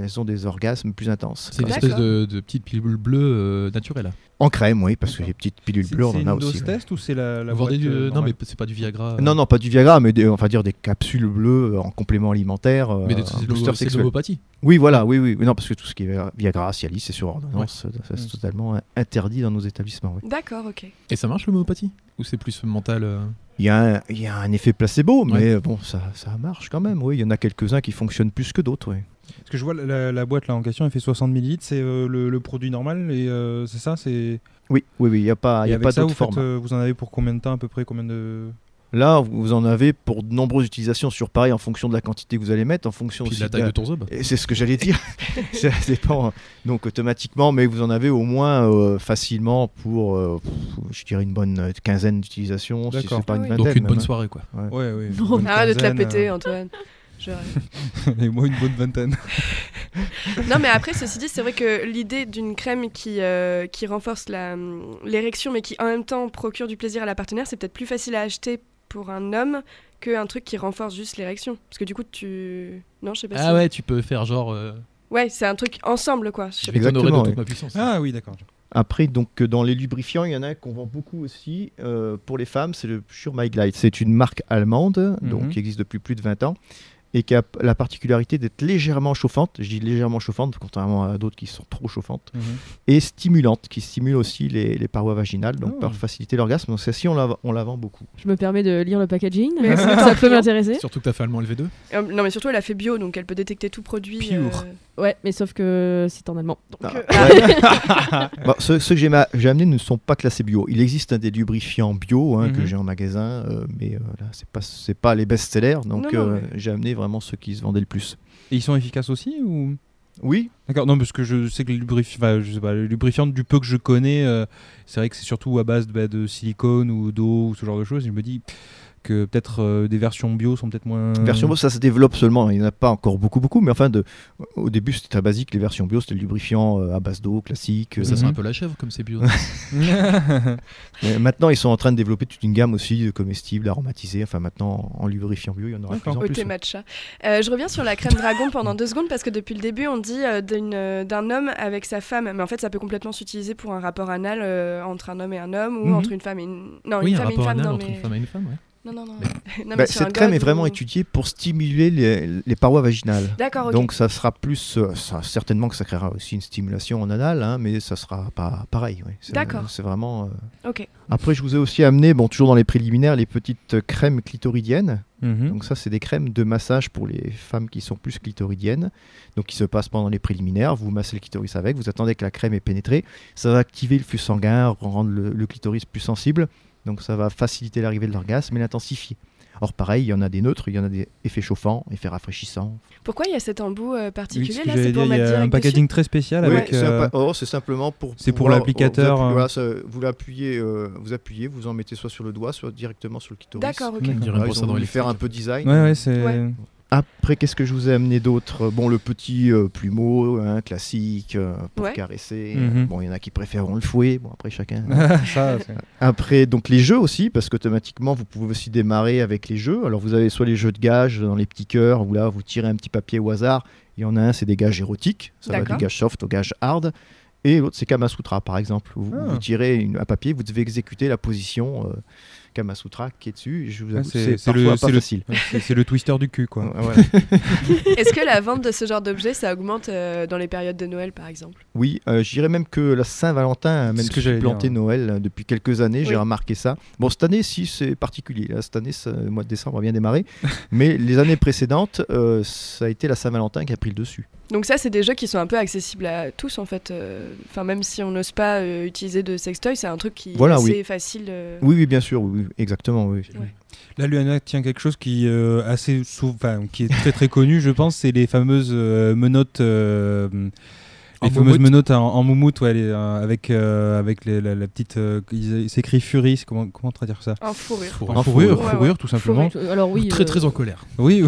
Speaker 5: elles ont des orgasmes plus intenses.
Speaker 2: C'est une
Speaker 1: D'accord.
Speaker 2: espèce de, de petite pilule bleue euh, naturelle.
Speaker 5: En crème, oui, parce que
Speaker 4: D'accord.
Speaker 5: les petites pilules
Speaker 4: C'est-
Speaker 5: bleues, on
Speaker 4: c'est
Speaker 5: en a
Speaker 4: une dose
Speaker 5: aussi. ouais.
Speaker 4: test ou c'est la, la
Speaker 2: Vous vendez
Speaker 4: boîte,
Speaker 2: du-
Speaker 4: euh,
Speaker 2: non, mais
Speaker 4: normale
Speaker 2: p- c'est pas du Viagra. euh,
Speaker 5: Non, non, pas du Viagra, mais des, on va dire des capsules bleues euh, en complément alimentaire, euh,
Speaker 2: Mais des-
Speaker 5: un
Speaker 2: c'est de
Speaker 5: booster
Speaker 2: l'homo- c'est de
Speaker 5: sexuel.
Speaker 2: l'homopathie.
Speaker 5: Oui, voilà, oui, oui. oui, Non, parce que tout ce qui est Viagra, Cialis, c'est sur ordonnance. euh, ça, C'est
Speaker 4: Mm.
Speaker 5: totalement euh, interdit dans nos établissements. oui.
Speaker 1: D'accord, ok.
Speaker 2: Et ça marche l'homopathie Ou c'est plus mental euh,
Speaker 5: Il, y a un, il y a un effet placebo, mais
Speaker 2: Ouais.
Speaker 5: euh, bon, ça, ça marche quand même. Oui, il y en a quelques-uns qui fonctionnent plus que d'autres. oui.
Speaker 4: Parce que je vois la, la- la boîte là en question, elle fait 60 ml, c'est euh, le, le produit normal et euh, c'est ça. C'est.
Speaker 5: Oui, oui, oui. Il n'y a pas, il
Speaker 4: et
Speaker 5: Ah, y a
Speaker 4: avec
Speaker 5: pas
Speaker 4: ça,
Speaker 5: d'autre
Speaker 4: vous, faites,
Speaker 5: forme.
Speaker 4: euh, vous en avez pour combien de temps à peu près Combien de
Speaker 5: Là, vous en avez pour de nombreuses utilisations sur pareil, en fonction de la quantité que vous allez mettre, en fonction
Speaker 2: Puis
Speaker 5: aussi
Speaker 2: de la
Speaker 5: de
Speaker 2: taille
Speaker 5: la-
Speaker 2: de ton zob
Speaker 5: Et c'est ce que j'allais dire. ça dépend euh, donc automatiquement, mais vous en avez au moins euh, facilement pour, euh, pff, je dirais, une bonne euh, quinzaine d'utilisations. Si
Speaker 4: D'accord.
Speaker 5: c'est pas
Speaker 1: Ah
Speaker 5: une
Speaker 1: oui.
Speaker 5: vingtaine,
Speaker 2: Donc une bonne
Speaker 5: même.
Speaker 2: soirée quoi.
Speaker 4: Ouais, ouais.
Speaker 3: Non,
Speaker 4: une bonne
Speaker 1: Arrête de te la
Speaker 4: quinzaine,
Speaker 1: péter, hein.
Speaker 4: euh,
Speaker 1: Antoine. Je rêve.
Speaker 4: et moi, une bonne vingtaine.
Speaker 1: Non, mais après, ceci dit, c'est vrai que l'idée d'une crème qui, euh, qui renforce la, hum, l'érection, mais qui en même temps procure du plaisir à la partenaire, c'est peut-être plus facile à acheter pour un homme qu'un truc qui renforce juste l'érection. Parce que du coup, tu. Non, je sais pas si.
Speaker 2: Ah ouais, tu peux faire genre. euh,
Speaker 1: Ouais, c'est un truc ensemble, quoi. Je sais
Speaker 2: je
Speaker 1: pas.
Speaker 2: vais t'honorer de
Speaker 5: Exactement,
Speaker 2: toute
Speaker 5: oui.
Speaker 2: ma puissance.
Speaker 4: Ah oui, d'accord.
Speaker 5: Après, donc euh, dans les lubrifiants, il y en a qu'on vend beaucoup aussi euh, pour les femmes. C'est le Pure My Glide. C'est une marque allemande, donc
Speaker 4: Mhm.
Speaker 5: qui existe depuis plus de 20 ans et qui a p- la particularité d'être légèrement chauffante. Je dis légèrement chauffante, contrairement à d'autres qui sont trop chauffantes.
Speaker 4: Mhm.
Speaker 5: et stimulante, qui stimule aussi les, les parois vaginales, donc
Speaker 4: Oh.
Speaker 5: pour faciliter l'orgasme. Donc celle-ci, on la, on la vend beaucoup.
Speaker 3: Je me permets de lire le packaging.
Speaker 1: Mais est-ce que t'as
Speaker 3: ça peut
Speaker 1: client
Speaker 3: m'intéresser.
Speaker 2: Surtout que t'as fait allemand LV2.
Speaker 1: Euh, Non, mais surtout, elle a fait bio, donc elle peut détecter tout produit.
Speaker 4: Pure.
Speaker 1: euh,
Speaker 3: Ouais, mais sauf que c'est en allemand. Donc,
Speaker 5: Ah,
Speaker 1: euh,
Speaker 5: ouais. Ah. Bon, ceux, ceux que j'ai ma- j'ai amenés ne sont pas classés bio. Il existe un des lubrifiants bio hein, que
Speaker 4: Mhm.
Speaker 5: j'ai en magasin, euh, mais euh, là, c'est pas, c'est pas les best-sellers, donc
Speaker 1: Non, non,
Speaker 5: euh, j'ai amené vraiment ceux qui se vendaient le plus.
Speaker 4: Et ils sont efficaces aussi ou
Speaker 5: Oui,
Speaker 4: D'accord, non, parce que je sais que les lubrifi- enfin, je sais pas, les lubrifiants, du peu que je connais, euh, c'est vrai que c'est surtout à base de, bah, de silicone ou d'eau ou ce genre de choses. Et je me dis que peut-être euh, des versions bio sont peut-être moins.
Speaker 5: version bio, ça se développe seulement. Il n'y en a pas encore beaucoup, beaucoup, mais enfin, de, au début, c'était très basique. Les versions bio, c'était le lubrifiant euh, à base d'eau classique.
Speaker 2: Que
Speaker 5: euh,
Speaker 2: ça sent
Speaker 4: Mhm.
Speaker 2: un peu la chèvre comme c'est bio.
Speaker 5: Mais maintenant, ils sont en train de développer toute une gamme aussi de comestibles, aromatisés. Enfin, maintenant, en lubrifiant bio, il y en aura de plus
Speaker 4: D'accord.
Speaker 5: en
Speaker 1: au
Speaker 5: plus. hein.
Speaker 1: thé matcha. Euh, je reviens sur la crème dragon pendant deux secondes parce que depuis le début on dit euh, d'une- euh, d'un homme avec sa femme, mais en fait ça peut complètement s'utiliser pour un rapport anal euh, entre un homme et un homme ou
Speaker 4: Mhm.
Speaker 1: entre une femme et une non
Speaker 2: oui,
Speaker 1: une femme et
Speaker 2: un
Speaker 1: une
Speaker 2: rapport
Speaker 1: femme
Speaker 2: anal
Speaker 1: non,
Speaker 2: entre
Speaker 1: mais-
Speaker 2: une femme et une femme. ouais.
Speaker 5: Ah,
Speaker 1: non non non, non, mais
Speaker 5: Bah,
Speaker 1: sur un
Speaker 5: cette crème
Speaker 1: god
Speaker 5: est vraiment
Speaker 1: ou-
Speaker 5: étudiée pour stimuler les, les parois vaginales.
Speaker 1: D'accord ok.
Speaker 5: Donc ça sera plus, euh, ça, certainement que ça créera aussi une stimulation en anal, hein, mais ça sera pas pareil. oui. C'est-
Speaker 1: D'accord.
Speaker 5: C'est vraiment. euh.
Speaker 1: ok
Speaker 5: Après, je vous ai aussi amené, bon, toujours dans les préliminaires, les petites crèmes clitoridiennes.
Speaker 4: Mhm.
Speaker 5: Donc ça, c'est des crèmes de massage pour les femmes qui sont plus clitoridiennes, donc qui se passent pendant les préliminaires. Vous massez le clitoris avec, vous attendez que la crème ait pénétré. Ça va activer le flux sanguin, rendre le, le clitoris plus sensible. Donc ça va faciliter l'arrivée de l'orgasme et l'intensifier. Or pareil, il y en a des neutres, il y en a des effets chauffants, effets rafraîchissants.
Speaker 1: pourquoi il y a cet embout euh,
Speaker 4: Oui, ce
Speaker 1: particulier
Speaker 4: que
Speaker 1: là
Speaker 4: j'allais
Speaker 1: c'est
Speaker 4: dire,
Speaker 1: pour
Speaker 4: il y
Speaker 1: mettre
Speaker 4: a un
Speaker 1: direct
Speaker 4: packaging très spécial avec.
Speaker 5: c'est
Speaker 4: euh,
Speaker 5: un pa- oh, c'est simplement pour.
Speaker 4: c'est pour
Speaker 5: pouvoir- oh,
Speaker 4: l'applicateur,
Speaker 5: vous appu-
Speaker 4: hein.
Speaker 5: voilà, ça- vous l'appuyez, euh, vous appuyez, vous en mettez soit sur le doigt, soit directement sur le
Speaker 1: dessus.
Speaker 5: clitoris.
Speaker 1: D'accord ok.
Speaker 4: D'accord.
Speaker 2: On dirait une
Speaker 5: Voilà,
Speaker 2: brosse à
Speaker 5: ils ont
Speaker 2: dents
Speaker 5: voulu
Speaker 2: électrique.
Speaker 5: faire un peu design.
Speaker 4: Ouais, ouais, c'est.
Speaker 1: Ouais.
Speaker 5: Après, qu'est-ce que je vous ai amené d'autre Bon, le petit euh, plumeau hein, classique euh, pour
Speaker 1: Ouais.
Speaker 5: caresser.
Speaker 4: Mhm.
Speaker 5: Bon, il y en a qui préfèrent le fouet. Bon, après chacun. hein.
Speaker 4: ça, c'est-
Speaker 5: après, donc les jeux aussi, parce qu'automatiquement, vous pouvez aussi démarrer avec les jeux. Alors, vous avez soit les jeux de gages dans les petits cœurs, où là, vous tirez un petit papier au hasard. Il y en a un, c'est des gages érotiques. Ça va du
Speaker 1: D'accord.
Speaker 5: gage soft au gage hard. Et l'autre, c'est Kamasutra, par exemple. où Vous,
Speaker 4: Ah.
Speaker 5: vous tirez une- un papier, vous devez exécuter la position. euh, Kamasutra qui est dessus. Je vous
Speaker 4: Ah,
Speaker 5: avoue,
Speaker 4: c'est-
Speaker 5: c'est
Speaker 4: c'est le-
Speaker 5: parfois
Speaker 4: c'est
Speaker 5: pas
Speaker 4: le-
Speaker 5: facile.
Speaker 4: C'est c'est le twister du cul, quoi.
Speaker 5: Ah, voilà.
Speaker 1: Est-ce que la vente de ce genre d'objets, ça augmente euh, dans les périodes de Noël, par exemple
Speaker 5: Oui, euh, je dirais même que la Saint-Valentin a même
Speaker 4: ce que j'allais
Speaker 5: supplanté
Speaker 4: dire,
Speaker 5: Noël euh, depuis quelques années,
Speaker 1: Oui.
Speaker 5: j'ai remarqué ça. Bon, cette année, si, c'est particulier. là. Cette année, ça- le mois de décembre a bien démarré. Mais les années précédentes, euh, ça a été la Saint-Valentin qui a pris le dessus.
Speaker 1: Donc ça, c'est des jeux qui sont un peu accessibles à tous, en fait. euh, Enfin, même si on n'ose pas euh, utiliser de sextoy, c'est un truc qui
Speaker 5: Voilà,
Speaker 1: est assez
Speaker 5: oui.
Speaker 1: facile. euh,
Speaker 5: Oui, oui, bien sûr, oui, oui, exactement. oui.
Speaker 4: Là, Luana tient quelque chose qui, euh, assez sou- enfin, qui est très très connu, je pense, c'est les fameuses euh, menottes. euh, les
Speaker 2: En
Speaker 4: fameuses
Speaker 2: moumoute.
Speaker 4: menottes en, en moumoute, ouais, les, euh, avec, euh, avec les- la, la petite. euh, ils ils s'écrivent Fury, c'est comment, comment traduire ça
Speaker 1: En fourrure.
Speaker 2: Fourrure.
Speaker 4: En fourrure,
Speaker 1: Ouais, ouais.
Speaker 4: fourrure, tout simplement.
Speaker 3: Faudrait que- Alors oui,
Speaker 2: très
Speaker 3: euh,
Speaker 2: très en colère.
Speaker 4: Oui,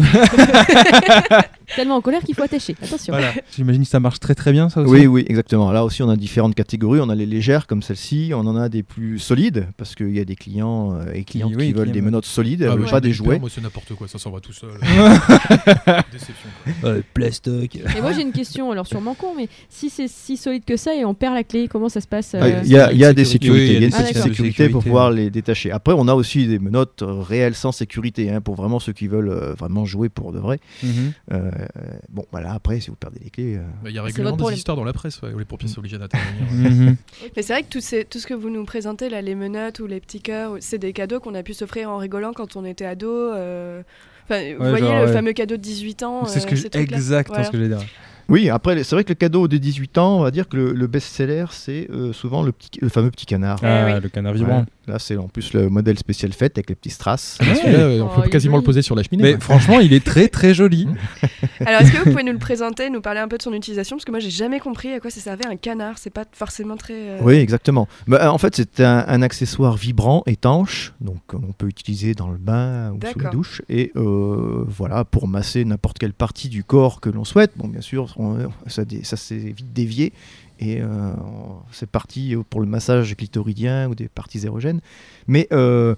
Speaker 3: tellement en colère qu'il faut attacher. Attention.
Speaker 4: voilà. J'imagine que ça marche très très bien, ça aussi.
Speaker 5: Oui, oui, exactement. Là aussi, on a différentes catégories. On a les légères comme celle-ci, on en a des plus solides, parce qu'il y a des clients euh, et clientes qui,
Speaker 4: oui, qui
Speaker 5: veulent des
Speaker 4: aiment-
Speaker 5: menottes solides,
Speaker 2: Ah
Speaker 5: elles
Speaker 2: ouais,
Speaker 5: veulent
Speaker 2: j'ai
Speaker 5: pas des
Speaker 2: peur,
Speaker 5: jouets.
Speaker 2: Moi, c'est n'importe quoi, ça s'en va tout seul. Déception. quoi.
Speaker 4: Euh, plastoc.
Speaker 3: Et moi j'ai une question, alors sûrement con, mais si c'est si solide que ça et on perd la clé, comment ça se passe
Speaker 5: Ah,
Speaker 3: euh,
Speaker 5: Il y, a- il y a des
Speaker 4: sécurité.
Speaker 5: sécurités, il y a une
Speaker 3: Ah,
Speaker 5: sécurité,
Speaker 3: d'accord.
Speaker 5: pour
Speaker 4: Sécurité,
Speaker 5: pouvoir les détacher. Après, on a aussi des menottes euh, réelles sans sécurité, hein, pour vraiment ceux qui veulent euh, vraiment jouer pour de vrai.
Speaker 4: Mhm.
Speaker 5: Euh, bon, voilà, après, si vous perdez les clés. euh,
Speaker 2: Bah, Il y a
Speaker 3: votre
Speaker 2: régulièrement des
Speaker 3: problème.
Speaker 2: histoires dans la presse ouais, où les pompiers sont obligés d'intervenir.
Speaker 4: Mhm.
Speaker 2: ouais.
Speaker 1: Mais c'est vrai que tout, ces- tout ce que vous nous présentez, là, les menottes ou les petits cœurs, c'est des cadeaux qu'on a pu s'offrir en rigolant quand on était ado. euh, Enfin, vous voyez
Speaker 4: genre,
Speaker 1: le
Speaker 4: ouais.
Speaker 1: fameux cadeau de 18 ans.
Speaker 4: C'est ce
Speaker 1: euh,
Speaker 4: que
Speaker 1: ces
Speaker 4: je-
Speaker 1: trucs-là.
Speaker 4: exactement
Speaker 1: Voilà.
Speaker 4: ce que j'allais dire.
Speaker 5: Oui, après, c'est vrai que le cadeau des 18 ans, on va dire que le, le best-seller, c'est euh, souvent le, petit, le fameux petit canard.
Speaker 4: Ah,
Speaker 1: oui.
Speaker 4: le canard vibrant.
Speaker 5: Ouais. Là, c'est en plus le modèle spécial fête avec les petits strass.
Speaker 2: Ah, Celui-là, euh,
Speaker 3: Oh,
Speaker 2: on
Speaker 3: il
Speaker 2: peut
Speaker 3: est
Speaker 2: quasiment le
Speaker 3: joli.
Speaker 2: poser sur la cheminée.
Speaker 4: Mais
Speaker 2: quoi.
Speaker 4: franchement, il est très très joli.
Speaker 1: Alors, est-ce que vous pouvez nous le présenter, nous parler un peu de son utilisation Parce que moi, j'ai jamais compris à quoi ça servait un canard. C'est pas forcément très. euh,
Speaker 5: Oui, exactement. Bah, en fait, c'est un, un accessoire vibrant, étanche, donc euh, on peut utiliser dans le bain ou sous la
Speaker 1: D'accord.
Speaker 5: douche, et euh, voilà, pour masser n'importe quelle partie du corps que l'on souhaite. Bon, bien sûr, on- ça, dé- ça s'est vite dévié, et euh, on- c'est parti euh, pour le massage clitoridien ou des parties érogènes. Mais euh,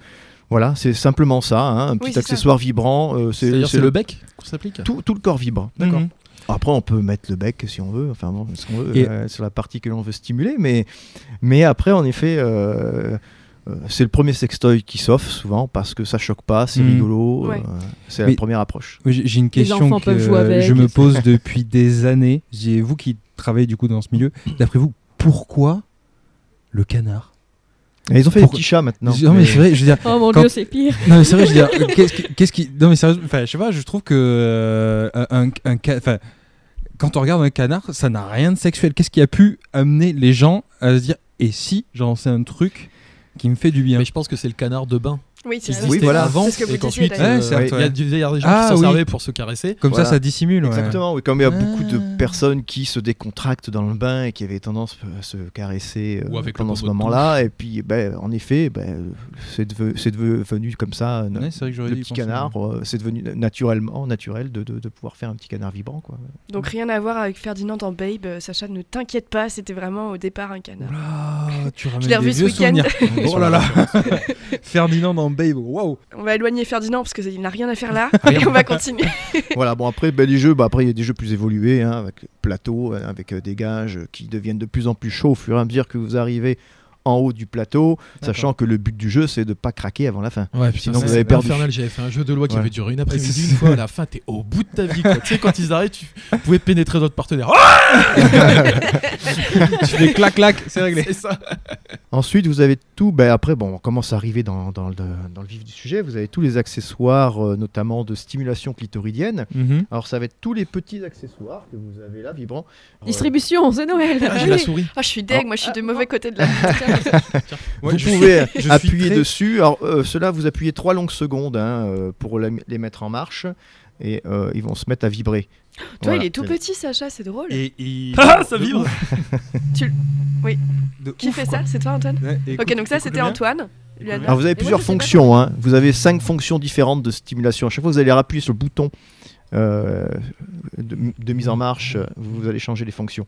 Speaker 5: voilà, c'est simplement ça, hein, un petit
Speaker 1: c'est ça.
Speaker 5: accessoire vibrant. euh,
Speaker 2: C'est-à-dire, c'est le bec qu'on s'applique
Speaker 5: tout, tout le corps vibre.
Speaker 4: D'accord.
Speaker 5: Après, on peut mettre le bec si on veut, enfin bon, ce qu'on veut,
Speaker 4: Et-
Speaker 5: euh, sur la partie que l'on veut stimuler, mais, mais après, en effet, euh, euh, c'est le premier sextoy qui s'offre souvent parce que ça choque pas, c'est
Speaker 4: Mhm.
Speaker 5: rigolo,
Speaker 1: Ouais.
Speaker 5: euh, c'est la
Speaker 4: Mais-
Speaker 5: première approche.
Speaker 4: Oui, J'ai j'ai une question
Speaker 3: enfants
Speaker 4: que
Speaker 3: peuvent jouer avec,
Speaker 4: je me
Speaker 3: etc.
Speaker 4: pose depuis des années. J'ai vous qui travaillez du coup dans ce milieu. D'après vous, pourquoi le canard
Speaker 5: Et ils ont fait
Speaker 4: Pourquoi-
Speaker 5: des petits chats maintenant.
Speaker 4: Je- non mais, c'est vrai, je veux dire.
Speaker 3: Oh mon
Speaker 4: Quand-
Speaker 3: dieu, c'est pire.
Speaker 4: Non mais c'est vrai, je veux dire. euh, Qu'est-ce qui, qu'est-ce qui- Non mais sérieux. Enfin, je sais pas. Je trouve que euh, un, un ca- enfin, quand on regarde un canard, ça n'a rien de sexuel. Qu'est-ce qui a pu amener les gens à se dire et si j'en sais un truc qui me fait du bien
Speaker 2: Mais je pense que c'est le canard de bain.
Speaker 1: Oui,
Speaker 2: Ils
Speaker 1: c'est
Speaker 2: se
Speaker 1: vrai.
Speaker 2: disent
Speaker 5: voilà.
Speaker 2: c'était avant
Speaker 1: C'est ce que vous
Speaker 2: et
Speaker 1: disiez,
Speaker 2: qu'ensuite
Speaker 1: d'ailleurs.
Speaker 2: euh,
Speaker 4: Ouais, certes,
Speaker 2: il y a des, il y a des gens
Speaker 4: Ah,
Speaker 2: qui s'en
Speaker 4: oui.
Speaker 2: servaient pour se caresser.
Speaker 4: Comme
Speaker 5: Voilà.
Speaker 4: ça, ça dissimule. ouais.
Speaker 5: Exactement, oui, comme il y a beaucoup de
Speaker 4: Ah.
Speaker 5: personnes qui se décontractent dans le bain et qui avaient tendance euh, à se caresser euh,
Speaker 2: Ou avec le
Speaker 5: pendant ce
Speaker 2: pommeau de
Speaker 5: moment-là, et puis ben, en effet, ben, c'est deve- c'est devenu comme ça. euh,
Speaker 4: Ouais, c'est vrai que j'aurais
Speaker 5: le
Speaker 4: dû y
Speaker 5: petit
Speaker 4: penser,
Speaker 5: canard, euh, c'est devenu naturellement naturel de, de- de pouvoir faire un petit canard vibrant. Quoi.
Speaker 1: Donc, rien à voir avec Ferdinand en Babe. euh, Sacha, ne t'inquiète pas, c'était vraiment au départ un canard.
Speaker 4: Oula, tu ramènes
Speaker 1: l'ai
Speaker 4: des
Speaker 1: revu ce
Speaker 4: vieux
Speaker 1: week-end.
Speaker 4: souvenirs. oh là là, Ferdinand dans Babe, waouh.
Speaker 1: On va éloigner Ferdinand parce qu'il n'a rien à faire là. et on va continuer.
Speaker 5: voilà, bon après, ben, les jeux, bah, après il y a des jeux plus évolués, hein, avec plateau, euh, avec euh, des gages euh, qui deviennent de plus en plus chauds au fur et à mesure que vous arrivez en haut du plateau, sachant que le but du jeu, c'est de pas craquer avant la fin.
Speaker 2: Ouais,
Speaker 5: Sinon, vous avez perdu.
Speaker 2: Infernal, j'avais fait un jeu de loi qui
Speaker 5: Ouais.
Speaker 2: avait duré une après-midi.
Speaker 4: c'est-
Speaker 2: Une fois, à la fin, t'es au bout de ta vie. quoi. tu sais, quand ils arrivent, tu pouvais pénétrer d'autres partenaires.
Speaker 4: tu fais clac clac, c'est réglé.
Speaker 2: Ah, C'est ça.
Speaker 5: Ensuite, vous avez tout. Ben après, bon, on commence à arriver dans, dans le, dans le vif du sujet. Vous avez tous les accessoires, euh, notamment de stimulation clitoridienne. Alors, ça va être tous les petits accessoires que vous avez là, vibrants.
Speaker 3: Distribution, c'est Noël.
Speaker 2: Ah, J'ai la souris.
Speaker 1: Ah, je suis deg, moi je suis du mauvais côté de la.
Speaker 5: vous pouvez appuyer dessus. Alors, euh, cela, vous appuyez trois longues secondes hein, euh, pour la- les mettre en marche et euh, ils vont se mettre à vibrer.
Speaker 1: Toi,
Speaker 5: Voilà,
Speaker 1: il est tout
Speaker 5: c'est-
Speaker 1: petit, Sacha, c'est drôle.
Speaker 4: Et, et-
Speaker 2: Ah, ça vibre.
Speaker 4: de
Speaker 1: Qui
Speaker 4: ouf,
Speaker 1: fait
Speaker 4: quoi.
Speaker 1: ça C'est toi, Antoine
Speaker 4: Ouais,
Speaker 1: Ok,
Speaker 4: écoute-
Speaker 1: donc ça,
Speaker 4: écoute
Speaker 1: c'était
Speaker 4: bien.
Speaker 1: Antoine. Luana.
Speaker 5: Alors, vous avez
Speaker 3: Et moi,
Speaker 5: plusieurs
Speaker 3: je sais pas
Speaker 5: fonctions. hein. Vous avez cinq fonctions différentes de stimulation. À chaque fois, vous allez appuyer sur le bouton euh, de, de mise en marche. Vous allez changer les fonctions.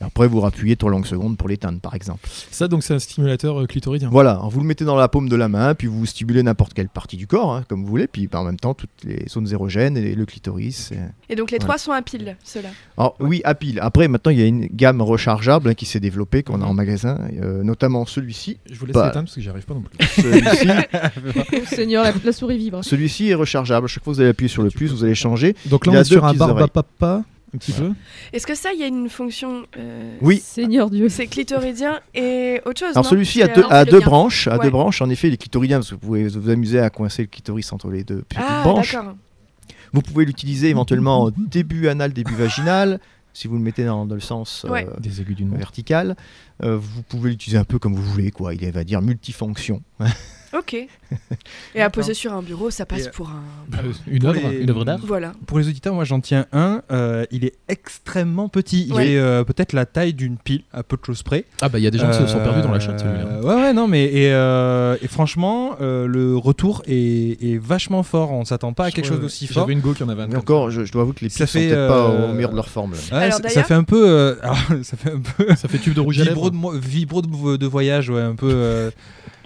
Speaker 5: Et après, vous rappuyez 3 longues secondes pour l'éteindre, par exemple.
Speaker 2: Ça, donc, c'est un stimulateur euh, clitoridien.
Speaker 5: Voilà, vous le mettez dans la paume de la main, puis vous stimulez n'importe quelle partie du corps, hein, comme vous voulez, puis bah, en même temps, toutes les zones érogènes et le clitoris. et-
Speaker 1: Et donc les
Speaker 5: Voilà.
Speaker 1: trois sont à pile, ceux-là.
Speaker 5: Alors, oui, à pile. Après, maintenant, il y a une gamme rechargeable hein, qui s'est développée, qu'on
Speaker 1: Mhm.
Speaker 5: a en magasin, euh, notamment celui-ci.
Speaker 2: Je vous laisse
Speaker 5: Bah.
Speaker 2: l'éteindre parce que j'y arrive pas non plus.
Speaker 5: Celui-ci
Speaker 3: Oh, Seigneur, la, la souris hein. vibre.
Speaker 5: celui-ci est rechargeable. Chaque fois que vous allez appuyer sur le plus, vous allez changer.
Speaker 2: Donc là,
Speaker 5: Il y
Speaker 2: on
Speaker 5: a
Speaker 2: est sur
Speaker 5: deux
Speaker 2: un
Speaker 5: petites
Speaker 2: barba
Speaker 5: oreilles.
Speaker 2: papa, un petit peu.
Speaker 1: Est-ce que ça, il y a une fonction euh,
Speaker 5: Oui.
Speaker 3: Seigneur Dieu.
Speaker 1: C'est clitoridien et autre chose.
Speaker 5: Alors
Speaker 1: non
Speaker 5: celui-ci a
Speaker 1: Parce que-
Speaker 5: deux,
Speaker 7: alors,
Speaker 5: a
Speaker 7: c'est le
Speaker 5: deux
Speaker 7: lien.
Speaker 5: branches, à
Speaker 1: Ouais.
Speaker 5: deux branches. En effet, les clitoridiens, parce que vous pouvez vous amuser à coincer le clitoris entre les deux petites
Speaker 1: Ah,
Speaker 5: branches.
Speaker 1: d'accord.
Speaker 5: Vous pouvez l'utiliser éventuellement en début anal, début vaginal, si vous le mettez dans, dans le sens euh,
Speaker 1: Ouais.
Speaker 2: Des aiguilles d'une montre.
Speaker 5: vertical. Euh, vous pouvez l'utiliser un peu comme vous voulez, quoi. Il est, va dire, multifonction.
Speaker 1: Ok. Et à poser sur un bureau, ça passe
Speaker 4: Et, euh,
Speaker 1: pour un.
Speaker 2: Une œuvre, une œuvre d'art.
Speaker 1: Voilà.
Speaker 4: Pour les auditeurs, moi j'en tiens un. euh, il est extrêmement petit. Il
Speaker 1: Ouais.
Speaker 4: est euh, peut-être la taille d'une pile, à peu de choses près.
Speaker 2: Ah bah il y a des gens qui se sont perdus dans la chatte
Speaker 4: Euh,
Speaker 2: celui-là.
Speaker 4: Ouais, ouais, non, mais et, euh, et franchement, euh, le retour est, est vachement fort. On s'attend pas à quelque chose d'aussi fort.
Speaker 2: J'avais une go qui en avait un.
Speaker 5: Mais
Speaker 2: comme
Speaker 5: encore, je, je dois avouer que les
Speaker 4: Ça
Speaker 5: piles sont
Speaker 4: fait,
Speaker 5: peut-être pas
Speaker 4: euh,
Speaker 5: au mur de leur forme. là.
Speaker 4: Ouais,
Speaker 1: Alors,
Speaker 4: ça- ça
Speaker 1: d'ailleurs-
Speaker 4: fait un peu, euh, alors, ça fait un peu
Speaker 2: ça. Ça fait tube de rouge à
Speaker 4: vibro
Speaker 2: lèvres.
Speaker 4: de, mo- vibro de, de voyage, ouais, un peu. euh,